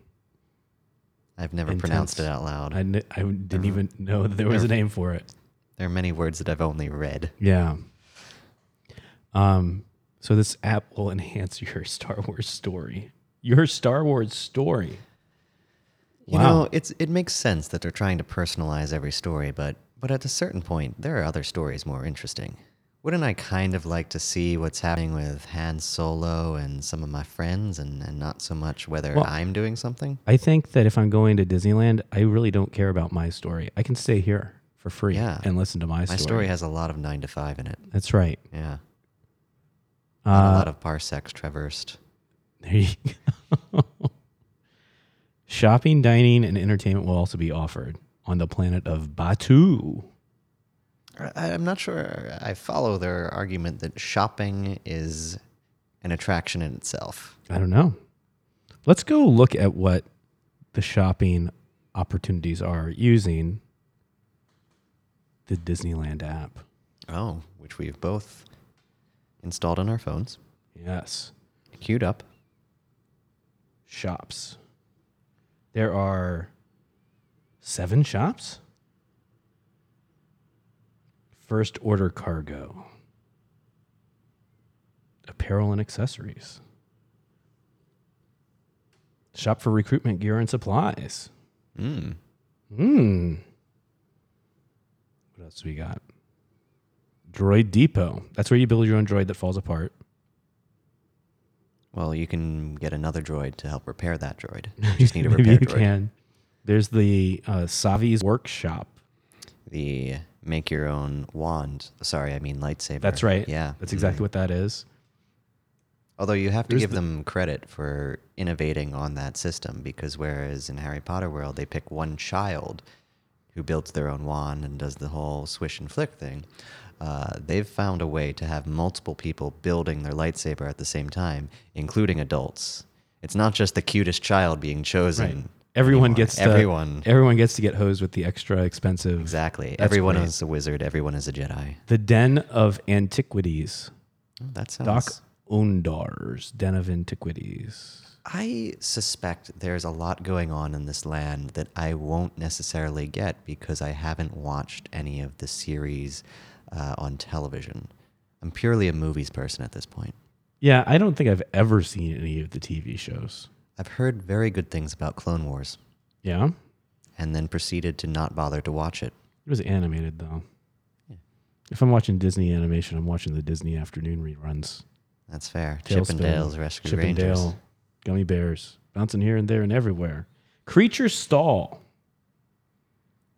S2: I've never pronounced it
S1: Intense.
S2: out loud.
S1: I, kn- I didn't even know that there was a name for it.
S2: there are many words that I've only read.
S1: Yeah. Um, so this app will enhance [laughs] your Star Wars story. Your Star Wars story.
S2: You
S1: Wow.
S2: know, it's it makes sense that they're trying to personalize every story, but but at a certain point, there are other stories more interesting. Wouldn't I kind of like to see what's happening with Han Solo and some of my friends, and, and not so much whether I'm doing something?
S1: I think that if I'm going to Disneyland, I really don't care about my story. I can stay here for free
S2: Yeah.
S1: and listen to my,
S2: My
S1: story.
S2: story has a lot of nine to five in it.
S1: That's right. [laughs]
S2: Yeah, Not a
S1: Uh,
S2: lot of parsecs traversed.
S1: there you go. Shopping, dining, and entertainment will also be offered on the planet of Batu.
S2: I, I'm not sure I follow their argument that shopping is an attraction in itself.
S1: I don't know. Let's go look at what the shopping opportunities are using the Disneyland app.
S2: Oh, which we've both installed on our phones,
S1: Yes.
S2: queued up.
S1: Shops. There are seven shops. First order cargo, apparel and accessories. Shop for recruitment gear and supplies.
S2: Mm.
S1: Hmm. What else we got? Droid Depot. That's where you build your own droid that falls apart.
S2: Well, you can get another droid to help repair that
S1: [laughs]
S2: droid. [laughs] You just need a
S1: Maybe
S2: repair
S1: you
S2: droid.
S1: can. There's the uh, Savi's workshop.
S2: The make your own wand. Sorry, I mean lightsaber.
S1: That's right.
S2: Yeah. Mm-hmm.
S1: That's exactly what that is.
S2: Although you have to give them credit for innovating on that system because whereas in Harry Potter world they pick one child who builds their own wand and does the whole swish and flick thing, uh, they've found a way to have multiple people building their lightsaber at the same time, including adults. It's not just the cutest child being chosen.
S1: Everyone
S2: anymore.
S1: gets to,
S2: everyone
S1: Everyone gets to get hosed with the extra expensive.
S2: Exactly.
S1: That's
S2: everyone
S1: great.
S2: is a wizard. Everyone is a Jedi.
S1: The Den of Antiquities.
S2: Oh, that sounds.
S1: Doc Ondar's Den of Antiquities.
S2: I suspect there's a lot going on in this land that I won't necessarily get because I haven't watched any of the series uh, on television. I'm purely a movies person at this point.
S1: Yeah, I don't think I've ever seen any of the TV shows.
S2: I've heard very good things about Clone Wars
S1: Yeah.
S2: and then proceeded to not bother to watch it.
S1: It was animated though. If I'm watching Disney animation, I'm watching the Disney afternoon reruns.
S2: That's fair.
S1: Tailspin,
S2: Chip and Dale's Rescue
S1: Chip and
S2: Rangers.
S1: Dale, Gummy Bears, bouncing here and there and everywhere. Creature Stall.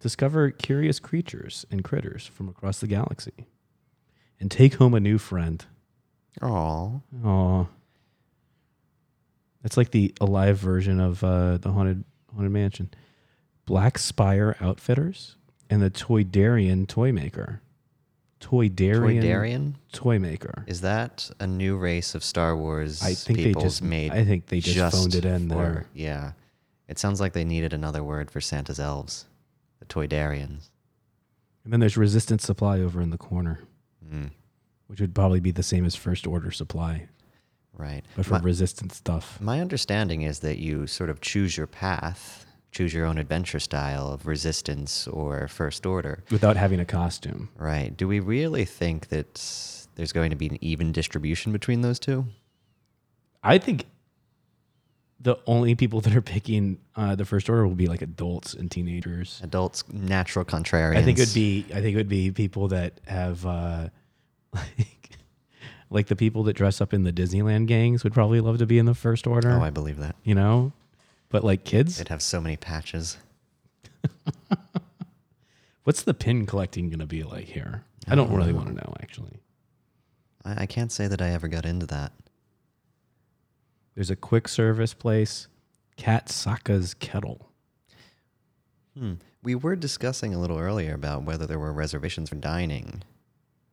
S1: Discover curious creatures and critters from across the galaxy. And take home a new friend.
S2: Aw.
S1: Aw. That's like the alive version of uh, the haunted haunted mansion. Black Spire Outfitters and the Toydarian Toy Maker. Toydarian,
S2: Toydarian?
S1: Toy Maker.
S2: Is that a new race of Star Wars
S1: I think they
S2: peoples
S1: just
S2: made?
S1: I think they just, phoned it in
S2: for-
S1: there.
S2: Yeah. It sounds like they needed another word for Santa's elves, the Toydarians.
S1: And then there's Resistance Supply over in the corner,
S2: Mm,
S1: which would probably be the same as First Order Supply,
S2: right.
S1: but for
S2: My,
S1: resistance stuff.
S2: my understanding is that you sort of choose your path, choose your own adventure style of resistance or first order.
S1: Without having a costume,
S2: Right. Do we really think that there's going to be an even distribution between those two?
S1: I think the only people that are picking uh, the first order will be like adults and teenagers.
S2: Adults, natural contrarians.
S1: I think it would be I think it would be people that have uh, [laughs] like like the people that dress up in the Disneyland gangs would probably love to be in the first order,
S2: Oh, I believe that.
S1: you know. But like kids,
S2: It'd have so many patches.
S1: what's the pin collecting going to be like here? I don't
S2: Uh,
S1: really want to know actually.
S2: I, I can't say that I ever got into that.
S1: There's a quick service place, Cat Saka's Kettle.
S2: Hmm. We were discussing a little earlier about whether there were reservations for dining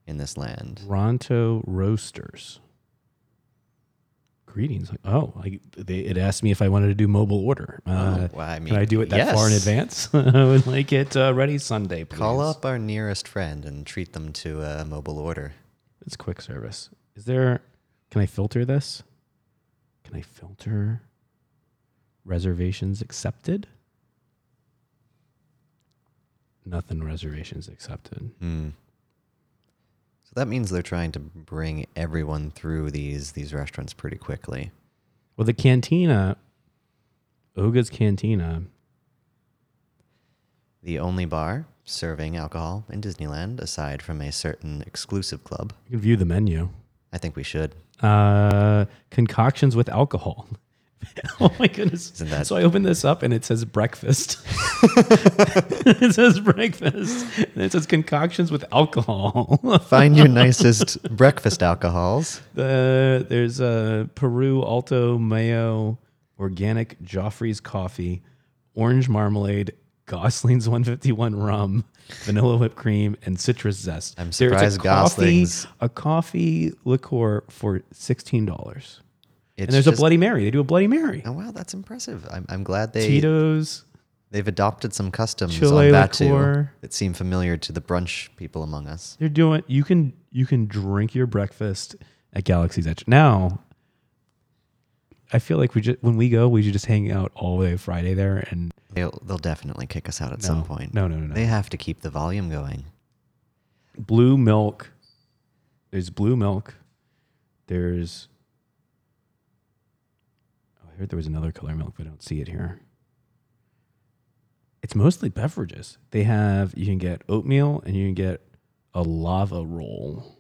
S2: in this land.
S1: Ronto Roasters. Greetings. Oh, I, they, it asked me if I wanted to do mobile order. Uh,
S2: Um, Oh, well, I mean,
S1: can I do it that far in
S2: yes.
S1: advance? [laughs] I would like it uh, ready Sunday. Please.
S2: Call up our nearest friend and treat them to a mobile order.
S1: It's quick service. Is there? Can I filter this? Can I filter reservations accepted? nothing reservations accepted.
S2: Hmm. So that means they're trying to bring everyone through these these restaurants pretty quickly.
S1: Well, the cantina, Oga's Cantina,
S2: The only bar serving alcohol in Disneyland, aside from a certain exclusive club,
S1: you can view the menu.
S2: I think we should.
S1: Uh, concoctions with alcohol. [laughs] oh my goodness.
S2: Isn't that-
S1: so I opened this up and it says breakfast. [laughs] it says breakfast. And it says concoctions with alcohol. [laughs]
S2: Find your nicest breakfast alcohols.
S1: the, there's a Peru Alto Mayo organic Joffrey's coffee, orange marmalade, Gosling's 151 rum, vanilla whipped cream, and citrus zest.
S2: I'm
S1: There is a
S2: surprised Gosling's-
S1: Coffee, a coffee liqueur for sixteen dollars.
S2: It's
S1: And there's
S2: just,
S1: a Bloody Mary. They do a Bloody Mary.
S2: Oh wow, that's impressive. I'm, I'm glad they
S1: Tito's.
S2: they've adopted some customs
S1: Chile
S2: on Batu
S1: liqueur.
S2: that seem familiar to the brunch people among us.
S1: They're doing. You can you can drink your breakfast at Galaxy's Edge now. I feel like we just when we go, we should just hang out all day Friday there and
S2: They'll they'll definitely kick us out at some point.
S1: No, no, no, no.
S2: They have to keep the volume going.
S1: blue milk. There's blue milk. There's. Oh, I heard there was another color milk, but I don't see it here. It's mostly beverages. They have you can get oatmeal and you can get a lava roll.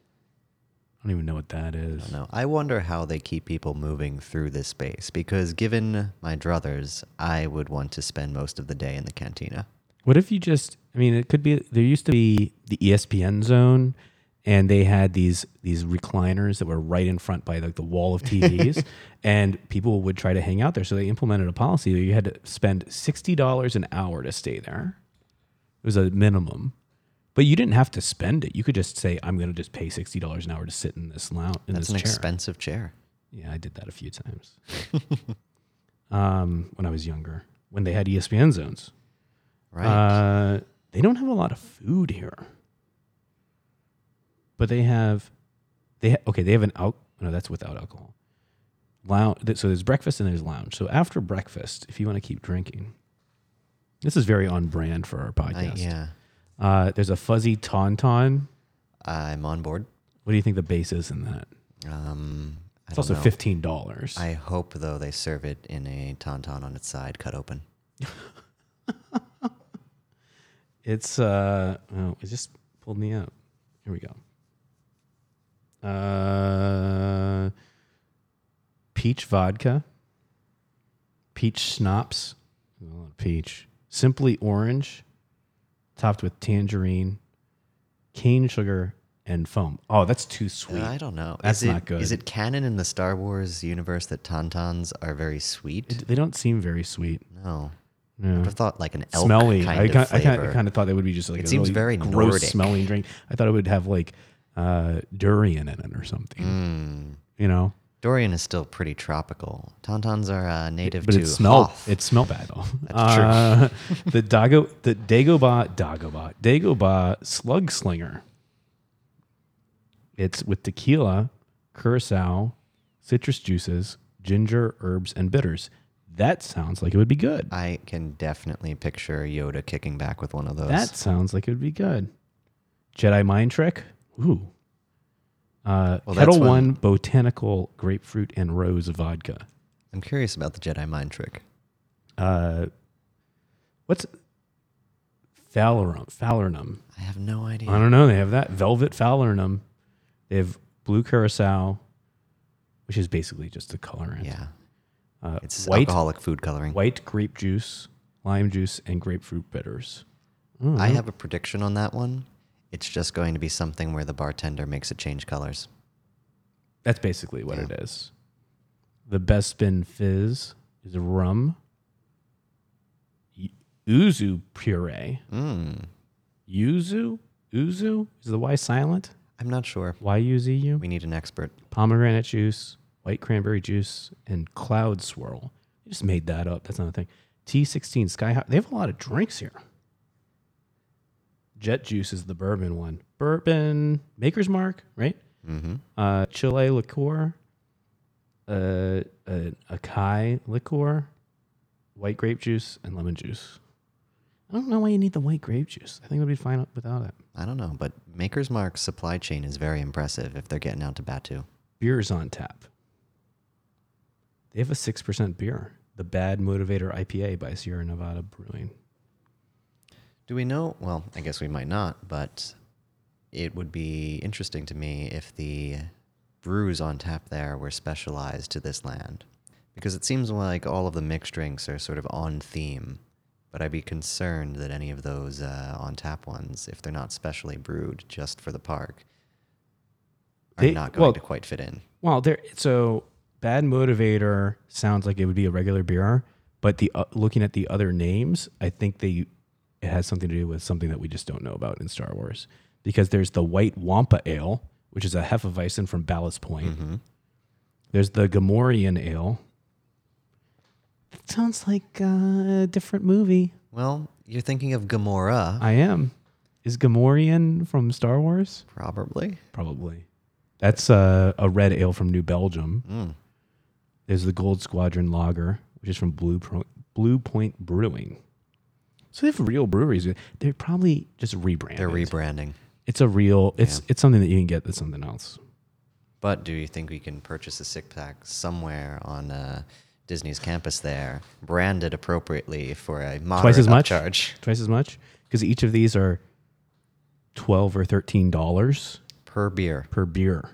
S1: I don't even know what that is.
S2: No, I wonder how they keep people moving through this space because given my druthers, I would want to spend most of the day in the cantina.
S1: What if you just? I mean, it could be. There used to be the E ESPN zone, and they had these these recliners that were right in front by like the wall of
S2: [laughs]
S1: TVs, and people would try to hang out there. So they implemented a policy that you had to spend sixty dollars an hour to stay there. It was a minimum, but you didn't have to spend it. You could just say, "I'm going to just pay sixty dollars an hour to sit in this lounge in
S2: That's
S1: this
S2: an
S1: chair."
S2: expensive chair.
S1: Yeah, I did that a few
S2: [laughs]
S1: times. um, when I was younger, when they had E ESPN zones.
S2: Right.
S1: Uh, they don't have a lot of food here, but they have, they ha- okay. They have an out. No, that's without alcohol. Lounge. th- So there's breakfast and there's lounge. So after breakfast, if you want to keep drinking, this is very on brand for our
S2: I-
S1: podcast.
S2: Oh, yeah.
S1: Uh, there's a fuzzy tauntaun.
S2: I'm on board.
S1: What do you think the base is in that?
S2: Um, I
S1: It's
S2: don't
S1: also
S2: know.
S1: fifteen dollars.
S2: I hope though they serve it in a tauntaun on its side, cut open.
S1: It's uh oh, it just pulled me up. Here we go. Uh peach vodka. Peach schnapps. A lot of peach. Simply orange, topped with tangerine, cane sugar, and foam. Oh, that's too sweet.
S2: I don't know.
S1: That's
S2: is it,
S1: not good.
S2: Is it canon in the Star Wars universe that tauntauns are very sweet?
S1: they don't seem very sweet.
S2: no.
S1: No.
S2: I thought like an elk
S1: smelly.
S2: kind
S1: I,
S2: of
S1: kind, I, kind,
S2: flavor.
S1: kind of thought they would be just like
S2: It
S1: a
S2: seems
S1: really
S2: very
S1: gross
S2: Nordic.
S1: smelling drink. I thought it would have like uh, durian in it or something.
S2: Mm.
S1: You know,
S2: Dorian is still pretty tropical. Tauntauns are uh, native
S1: but
S2: to
S1: it smelled
S2: Hoth.
S1: it smelled bad though. That's true. [laughs] the Dago the Dagobah Dagobah Dagobah Slug Slinger. It's with tequila, curacao, citrus juices, ginger, herbs, and bitters. That sounds like it would be good.
S2: I can definitely picture Yoda kicking back with one of those.
S1: That sounds like it would be good. Jedi mind trick. Ooh. Uh, Kettle
S2: Well, that's when-
S1: One botanical grapefruit and rose vodka.
S2: I'm curious about the Jedi mind trick.
S1: Uh, what's phalarum? Falernum.
S2: I have no idea.
S1: I don't know. They have that velvet falernum. They have blue curacao, which is basically just a colorant.
S2: yeah, it's
S1: Uh, white-
S2: alcoholic food coloring.
S1: White grape juice, lime juice, and grapefruit bitters. Hmm,
S2: I
S1: Mm-hmm.
S2: have a prediction on that one. It's just going to be something where the bartender makes it change colors.
S1: That's basically what it is. The best spin fizz is rum, y- uzu puree.
S2: Mm,
S1: Yuzu? Uzu? Is the Y silent?
S2: I'm not sure.
S1: Y U Z U?
S2: We need an expert.
S1: Pomegranate juice, white cranberry juice, and cloud swirl. You just made that up. That's not a thing. T16 Sky High. They have a lot of drinks here. Jet juice is the bourbon one. Bourbon, Maker's Mark, right?
S2: hmm
S1: uh, Chile liqueur, uh, a Akai liqueur, white grape juice, and lemon juice. I don't know why you need the white grape juice. I think it'll be fine without it.
S2: I don't know, but Maker's Mark's supply chain is very impressive if they're getting out to Batu.
S1: Beers on tap. They have a 6% beer, the Bad Motivator IPA by Sierra Nevada Brewing.
S2: Do we know? Well, I guess we might not, but it would be interesting to me if the brews on tap there were specialized to this land. Because it seems like all of the mixed drinks are sort of on theme, but I'd be concerned that any of those uh, on tap ones, if they're not specially brewed just for the park, are
S1: They-
S2: not going
S1: well-
S2: to quite fit in.
S1: Well, there. So bad motivator sounds like it would be a regular beer, but the uh, looking at the other names, I think they it has something to do with something that we just don't know about in Star Wars because there's the White Wampa Ale, which is a hefeweizen from Ballast Point. There's the Gamorrean Ale. That sounds like uh, a different movie.
S2: Well, you're thinking of Gamora,
S1: I am. Is Gamorrean from Star Wars?
S2: probably.
S1: Probably. That's a, a red ale from New Belgium.
S2: Mm.
S1: There's the Gold Squadron Lager, which is from Blue, Pro- Blue Point Brewing. So they have real breweries. They're probably just rebranded.
S2: They're rebranding.
S1: it's a real. It's it's something that you can get that's something else.
S2: But do you think we can purchase a six pack somewhere on uh, Disney's campus there, branded appropriately for a moderate
S1: Twice as much?
S2: upcharge
S1: Twice as much because each of these are twelve or thirteen dollars
S2: per beer?
S1: per beer.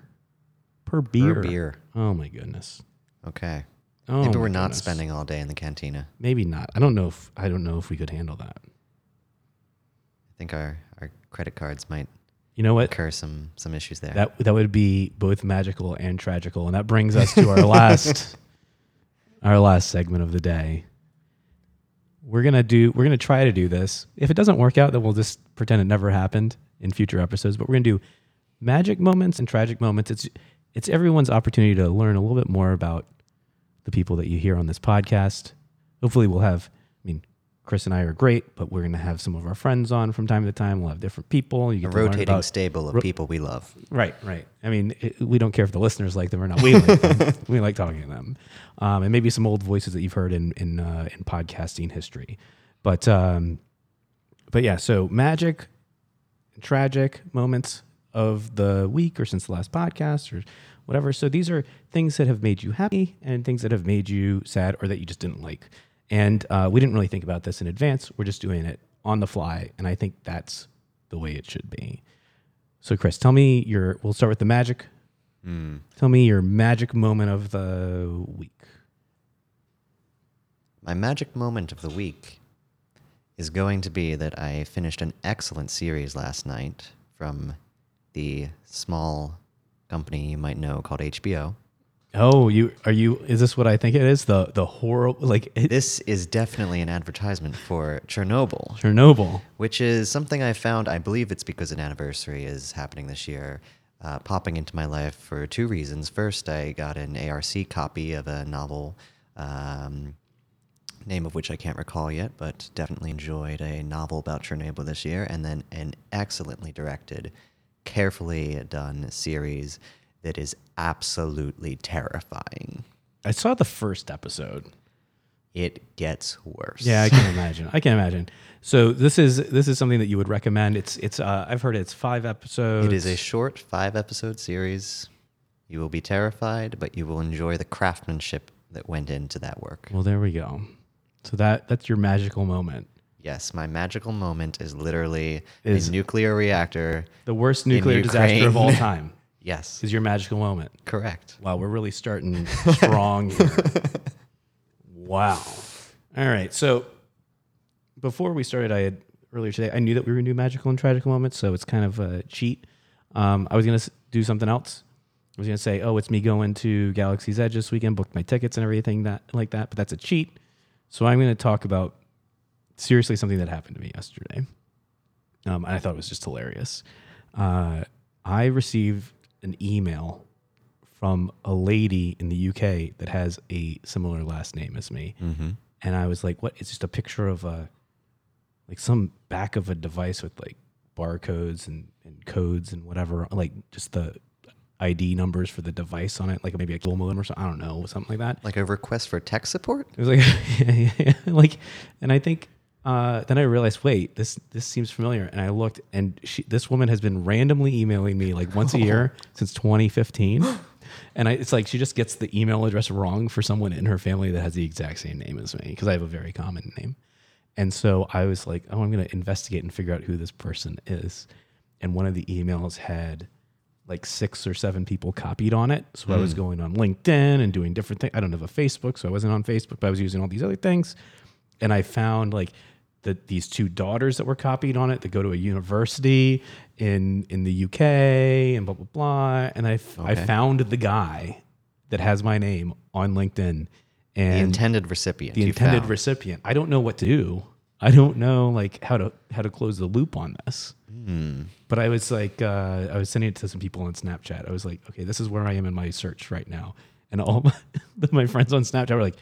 S1: Per beer.
S2: Per beer.
S1: Oh my goodness.
S2: Okay.
S1: Oh
S2: Maybe
S1: my
S2: we're not
S1: goodness.
S2: spending all day in the cantina.
S1: Maybe not. I don't know if I don't know if we could handle that.
S2: I think our, our credit cards might
S1: You know what?
S2: incur some, some issues there.
S1: That that would be both magical and tragical, and that brings us to our [laughs] last our last segment of the day. We're gonna do we're gonna try to do this. If it doesn't work out, then we'll just pretend it never happened in future episodes. But we're gonna do magic moments and tragic moments. It's it's everyone's opportunity to learn a little bit more about the people that you hear on this podcast. Hopefully, we'll have. I mean, Chris and I are great, but we're gonna have some of our friends on from time to time. We'll have different people. You
S2: a
S1: get to learn
S2: rotating
S1: about
S2: stable of people we love.
S1: Right, right. I mean, it, we don't care if the listeners like them or not. We like them. We like talking to them, um, and maybe some old voices that you've heard in in uh, in podcasting history. But um, but yeah, so magic, tragic moments of the week or since the last podcast or whatever. So these are things that have made you happy and things that have made you sad or that you just didn't like. And uh, we didn't really think about this in advance. We're just doing it on the fly, and I think that's the way it should be. So, Chris, tell me your. We'll start with the magic. Tell me your magic moment of the week.
S2: My magic moment of the week is going to be that I finished an excellent series last night from the small company you might know called HBO.
S1: Oh, you are you? Is this what I think it is? The the horrible like it,
S2: This is definitely an advertisement for Chernobyl,
S1: Chernobyl.
S2: which is something I found. I believe it's because an anniversary is happening this year, uh, popping into my life for two reasons. First, I got an ARC copy of a novel, um, name of which I can't recall yet, but definitely enjoyed a novel about Chernobyl this year, and then an excellently directed, carefully done series that is absolutely terrifying.
S1: I saw the first episode.
S2: It gets worse.
S1: Yeah, I can imagine. I can imagine. So this is this is something that you would recommend. It's it's. Uh, I've heard it's five episodes.
S2: It is a short five episode series. You will be terrified, but you will enjoy the craftsmanship that went into that work.
S1: Well, there we go. So that that's your magical moment.
S2: Yes, my magical moment is literally
S1: Is-
S2: a nuclear reactor.
S1: The worst nuclear disaster of all
S2: Ukraine.
S1: time
S2: Yes,
S1: is your magical moment.
S2: correct.
S1: Wow, we're really starting strong here. wow. All right. So before we started, I had earlier today, I knew that we were going to do magical and tragic moments. So it's kind of a cheat. Um, I was going to do something else. I was going to say, oh, it's me going to Galaxy's Edge this weekend, booked my tickets and everything that like that. But that's a cheat. So I'm going to talk about seriously something that happened to me yesterday. Um, and I thought it was just hilarious. Uh, I received an email from a lady in the UK that has a similar last name as me. And I was like, what? It's just a picture of a, like some back of a device with like barcodes and, and codes and whatever, like just the ID numbers for the device on it, like maybe a dual modem or something. I don't know, something like that. [laughs]
S2: Like a request for tech support?
S1: It was like, yeah, yeah, yeah. like, and I think Uh, then I realized, wait, this this seems familiar, and I looked, and she, this woman has been randomly emailing me like once a year since 2015, and I, it's like she just gets the email address wrong for someone in her family that has the exact same name as me because I have a very common name, and so I was like, oh, I'm gonna investigate and figure out who this person is, and one of the emails had like six or seven people copied on it. So I was going on LinkedIn and doing different things. I don't have a Facebook, so I wasn't on Facebook, but I was using all these other things. And I found like the, these two daughters that were copied on it that go to a university in in the UK and blah blah blah. And I f- I found the guy that has my name on LinkedIn
S2: The
S1: and
S2: intended recipient.
S1: the
S2: you
S1: intended
S2: found.
S1: recipient. I don't know what to do. I don't know like how to how to close the loop on this. But I was like, uh, I was sending it to some people on Snapchat. I was like, okay, this is where I am in my search right now, and all [laughs] my, my friends on Snapchat were like,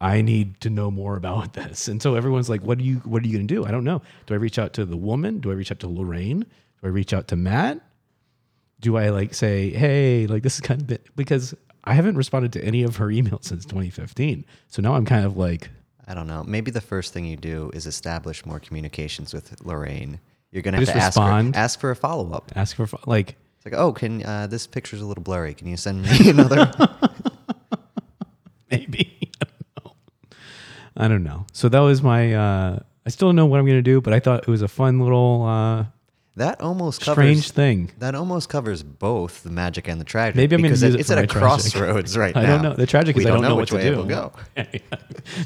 S1: I need to know more about this. And so everyone's like, what do you what are you gonna do? I don't know. Do I reach out to the woman? Do I reach out to Lorraine? Do I reach out to Matt? do I like say, hey, like this is kind of bit because I haven't responded to any of her emails since 2015. So now I'm kind of like,
S2: I don't know. Maybe the first thing you do is establish more communications with Lorraine. You're gonna have
S1: Just
S2: to ask her,
S1: respond.
S2: ask for a follow up.
S1: ask for fo- like, [laughs]
S2: It's like, oh, can uh, this picture's a little blurry? Can you send
S1: [laughs]
S2: me [laughs] another?
S1: maybe. I don't know. I don't know. So that was my, uh, I still don't know what I'm going to do, but I thought it was a fun little uh,
S2: that almost covers
S1: strange thing.
S2: That almost covers both the magic and the tragic.
S1: Maybe I'm gonna
S2: because
S1: use
S2: it-
S1: it
S2: it's
S1: for
S2: at
S1: my
S2: a
S1: tragic.
S2: crossroads
S1: [laughs]
S2: right
S1: I
S2: now.
S1: don't know. The tragic
S2: we
S1: is I
S2: don't
S1: don't know,
S2: which
S1: what
S2: way
S1: to
S2: it
S1: do. [laughs]
S2: will go.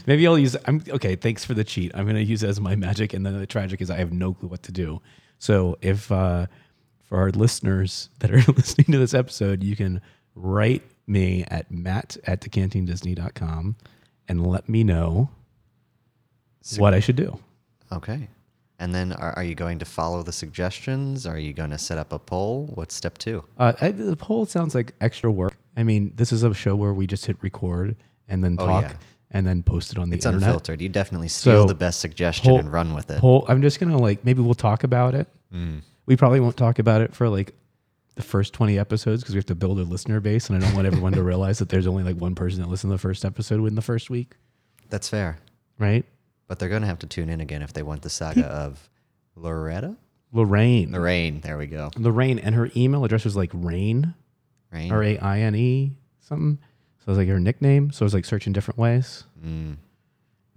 S1: Maybe I'll use. I'm okay. Thanks for the cheat. I'm going to use it as my magic, and then the tragic is I have no clue what to do. So if uh, for our listeners that are [laughs] listening to this episode, you can write me at matt at decantingdisney.com and let me know what I should do.
S2: Okay. And then are, are you going to follow the suggestions? Are you going to set up a poll? What's step two?
S1: Uh, I, the poll sounds like extra work. I mean, this is a show where we just hit record and then talk
S2: Oh, yeah.
S1: and then post it on the
S2: It's
S1: internet.
S2: unfiltered. You definitely steal
S1: So,
S2: the best suggestion
S1: poll-
S2: and run with it.
S1: poll. I'm just gonna like maybe we'll talk about it. We probably won't talk about it for like the first 20 episodes because we have to build a listener base, and I don't want everyone to realize that there's only like one person that listened to the first episode in the first week,
S2: That's fair.
S1: right?
S2: But they're going to have to tune in again if they want the saga of Loretta?
S1: Lorraine,
S2: Lorraine. There we go.
S1: Lorraine, and her email address was like Rain,
S2: Rain.
S1: R A I N E something. So I was like her nickname. So I was like searching different ways,
S2: Mm.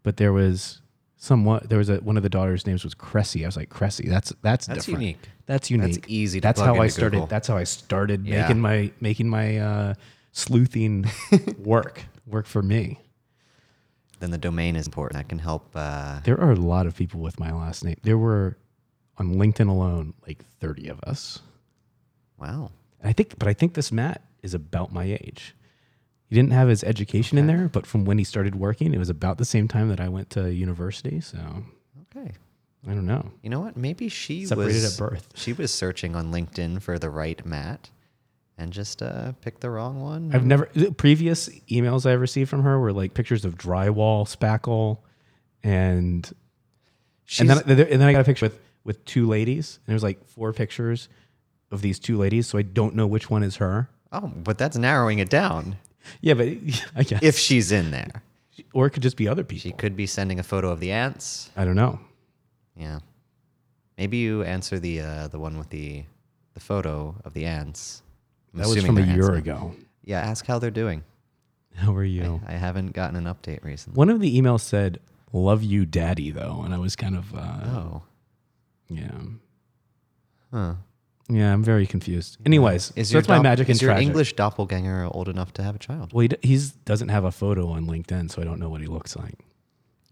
S1: but there was somewhat there was a one of the daughters' names was Cressy. I was like Cressy. That's that's
S2: That's
S1: different.
S2: unique.
S1: That's unique.
S2: easy to
S1: That's
S2: plug
S1: how I
S2: into
S1: started.
S2: Google.
S1: That's how I started
S2: Yeah.
S1: making my making my uh,
S2: [laughs]
S1: sleuthing work work for me.
S2: Then the domain is important. That can help. Uh,
S1: There are a lot of people with my last name. There were on LinkedIn alone like thirty of us.
S2: wow.
S1: And I think, but I think this Matt is about my age. He didn't have his education in there, but from when he started working, it was about the same time that I went to university. So I
S2: Okay.
S1: don't know.
S2: You know what? Maybe she
S1: Separated
S2: was
S1: at birth.
S2: [laughs] She was searching on LinkedIn for the right Matt, and just uh, picked the wrong one.
S1: I've never the previous emails I've received from her were like pictures of drywall spackle and and
S2: She's,
S1: then, and then I got a picture with with two ladies, and there's like four pictures of these two ladies, so I don't know which one is her.
S2: oh, but that's narrowing it down.
S1: Yeah, but [laughs] I guess,
S2: If she's in there,
S1: or it could just be other people.
S2: she could be sending a photo of the ants.
S1: I don't know.
S2: Yeah, maybe you answer the uh, the one with the the photo of the ants. I'm
S1: That was
S2: assuming
S1: from a
S2: they're ants
S1: year
S2: now.
S1: ago.
S2: Yeah, ask how they're doing.
S1: How are you?
S2: I haven't gotten an update recently.
S1: One of the emails said "Love you, Daddy," though, and I was kind of uh,
S2: Oh,
S1: yeah,
S2: huh.
S1: yeah. I'm very confused. Anyways,
S2: Is
S1: so
S2: your
S1: that's my
S2: dop-
S1: magic
S2: is
S1: and
S2: your
S1: tragic.
S2: English doppelganger old enough to have a child?
S1: Well, he d- he's, doesn't have a photo on LinkedIn, so I don't know what he looks like.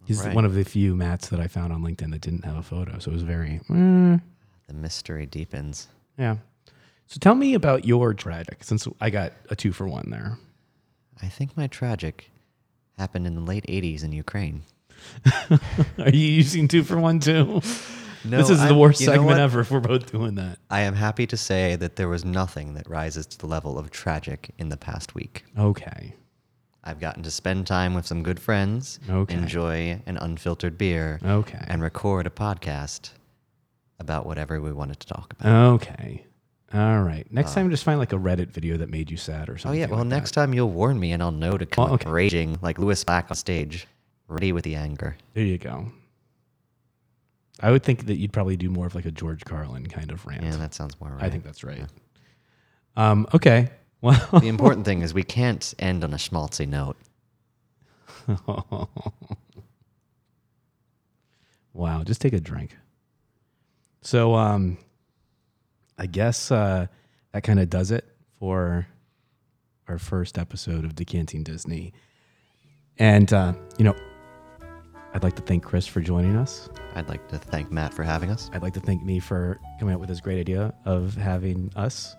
S1: He's
S2: Right.
S1: one of the few Matts that I found on LinkedIn that didn't have a photo, so it was very eh,
S2: The mystery deepens.
S1: yeah. So tell me about your tragic, since I got a two for one there. [laughs]
S2: I think my tragic happened in the late 80s in Ukraine.
S1: Are you using two for one too?
S2: No,
S1: this is the
S2: I'm-
S1: worst
S2: you know
S1: segment
S2: what?
S1: ever if we're both doing that.
S2: I am happy to say that there was nothing that rises to the level of tragic in the past week.
S1: Okay.
S2: I've gotten to spend time with some good friends,
S1: Okay.
S2: enjoy an unfiltered beer,
S1: Okay.
S2: and record a podcast about whatever we wanted to talk about.
S1: Okay. All right. Next time, just find like a Reddit video that made you sad or
S2: Uh. Oh,
S1: something.
S2: yeah. Well,
S1: like
S2: next time you'll warn me and I'll know to come
S1: Well, okay.
S2: raging like Lewis Black on stage, ready with the anger.
S1: that. there you go. I would think that you'd probably do more of like a George Carlin kind of rant.
S2: Yeah, that sounds more right.
S1: I think that's right. Um, okay. [laughs] Well,
S2: the important thing is we can't end on a schmaltzy note.
S1: [laughs] wow. Just take a drink. So, um, I guess uh, that kind of does it for our first episode of Decanting Disney. And, uh, you know, I'd like to thank Chris for joining us.
S2: I'd like to thank Matt for having us.
S1: I'd like to thank me for coming up with this great idea of having us.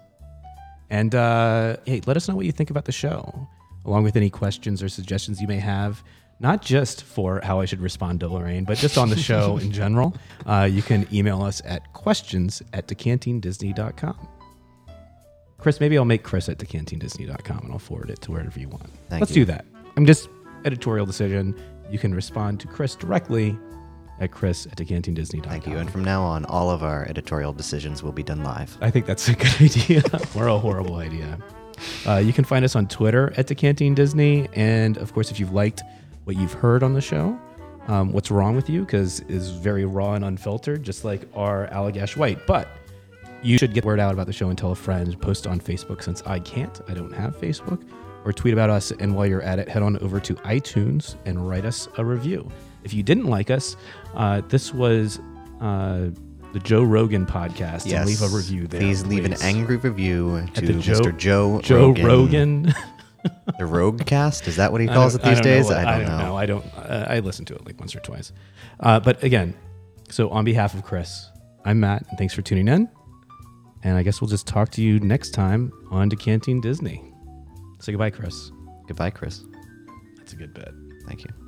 S1: And uh, hey, let us know what you think about the show, along with any questions or suggestions you may have, not just for how I should respond to Lorraine, but just on the
S2: [laughs]
S1: show in general. Uh, you can email us at questions at decantingdisney.com. Chris, maybe I'll make Chris at decantingdisney.com and I'll forward it to wherever you want.
S2: Thank
S1: Let's
S2: you.
S1: do that. I'm just editorial decision. You can respond to Chris directly at chris at decantingdisney.com.
S2: Thank you. And from now on, all of our editorial decisions will be done live.
S1: I think that's a good [laughs] idea or a horrible idea. Uh, you can find us on Twitter at Decanting Disney. And of course, if you've liked what you've heard on the show, um, what's wrong with you? Because is very raw and unfiltered, just like our Allagash White. But you should get word out about the show and tell a friend. Post on Facebook since I can't. I don't have Facebook. Or tweet about us. And while you're at it, head on over to iTunes and write us a review. If you didn't like us, uh, this was uh, the Joe Rogan podcast.
S2: Yes.
S1: And leave a review there.
S2: Please leave an
S1: please.
S2: angry review to
S1: the Joe-
S2: Mr. Joe
S1: Joe Rogan.
S2: The Rogue Cast? Is that what he
S1: I
S2: calls it
S1: don't-
S2: these days?
S1: what-
S2: I don't, know.
S1: I don't. Uh, I listen to it like once or twice. Uh, but again, so on behalf of Chris, I'm Matt, and thanks for tuning in. And I guess we'll just talk to you next time on Decanting Disney. Say goodbye, Chris.
S2: Goodbye, Chris.
S1: That's a good bit.
S2: Thank you.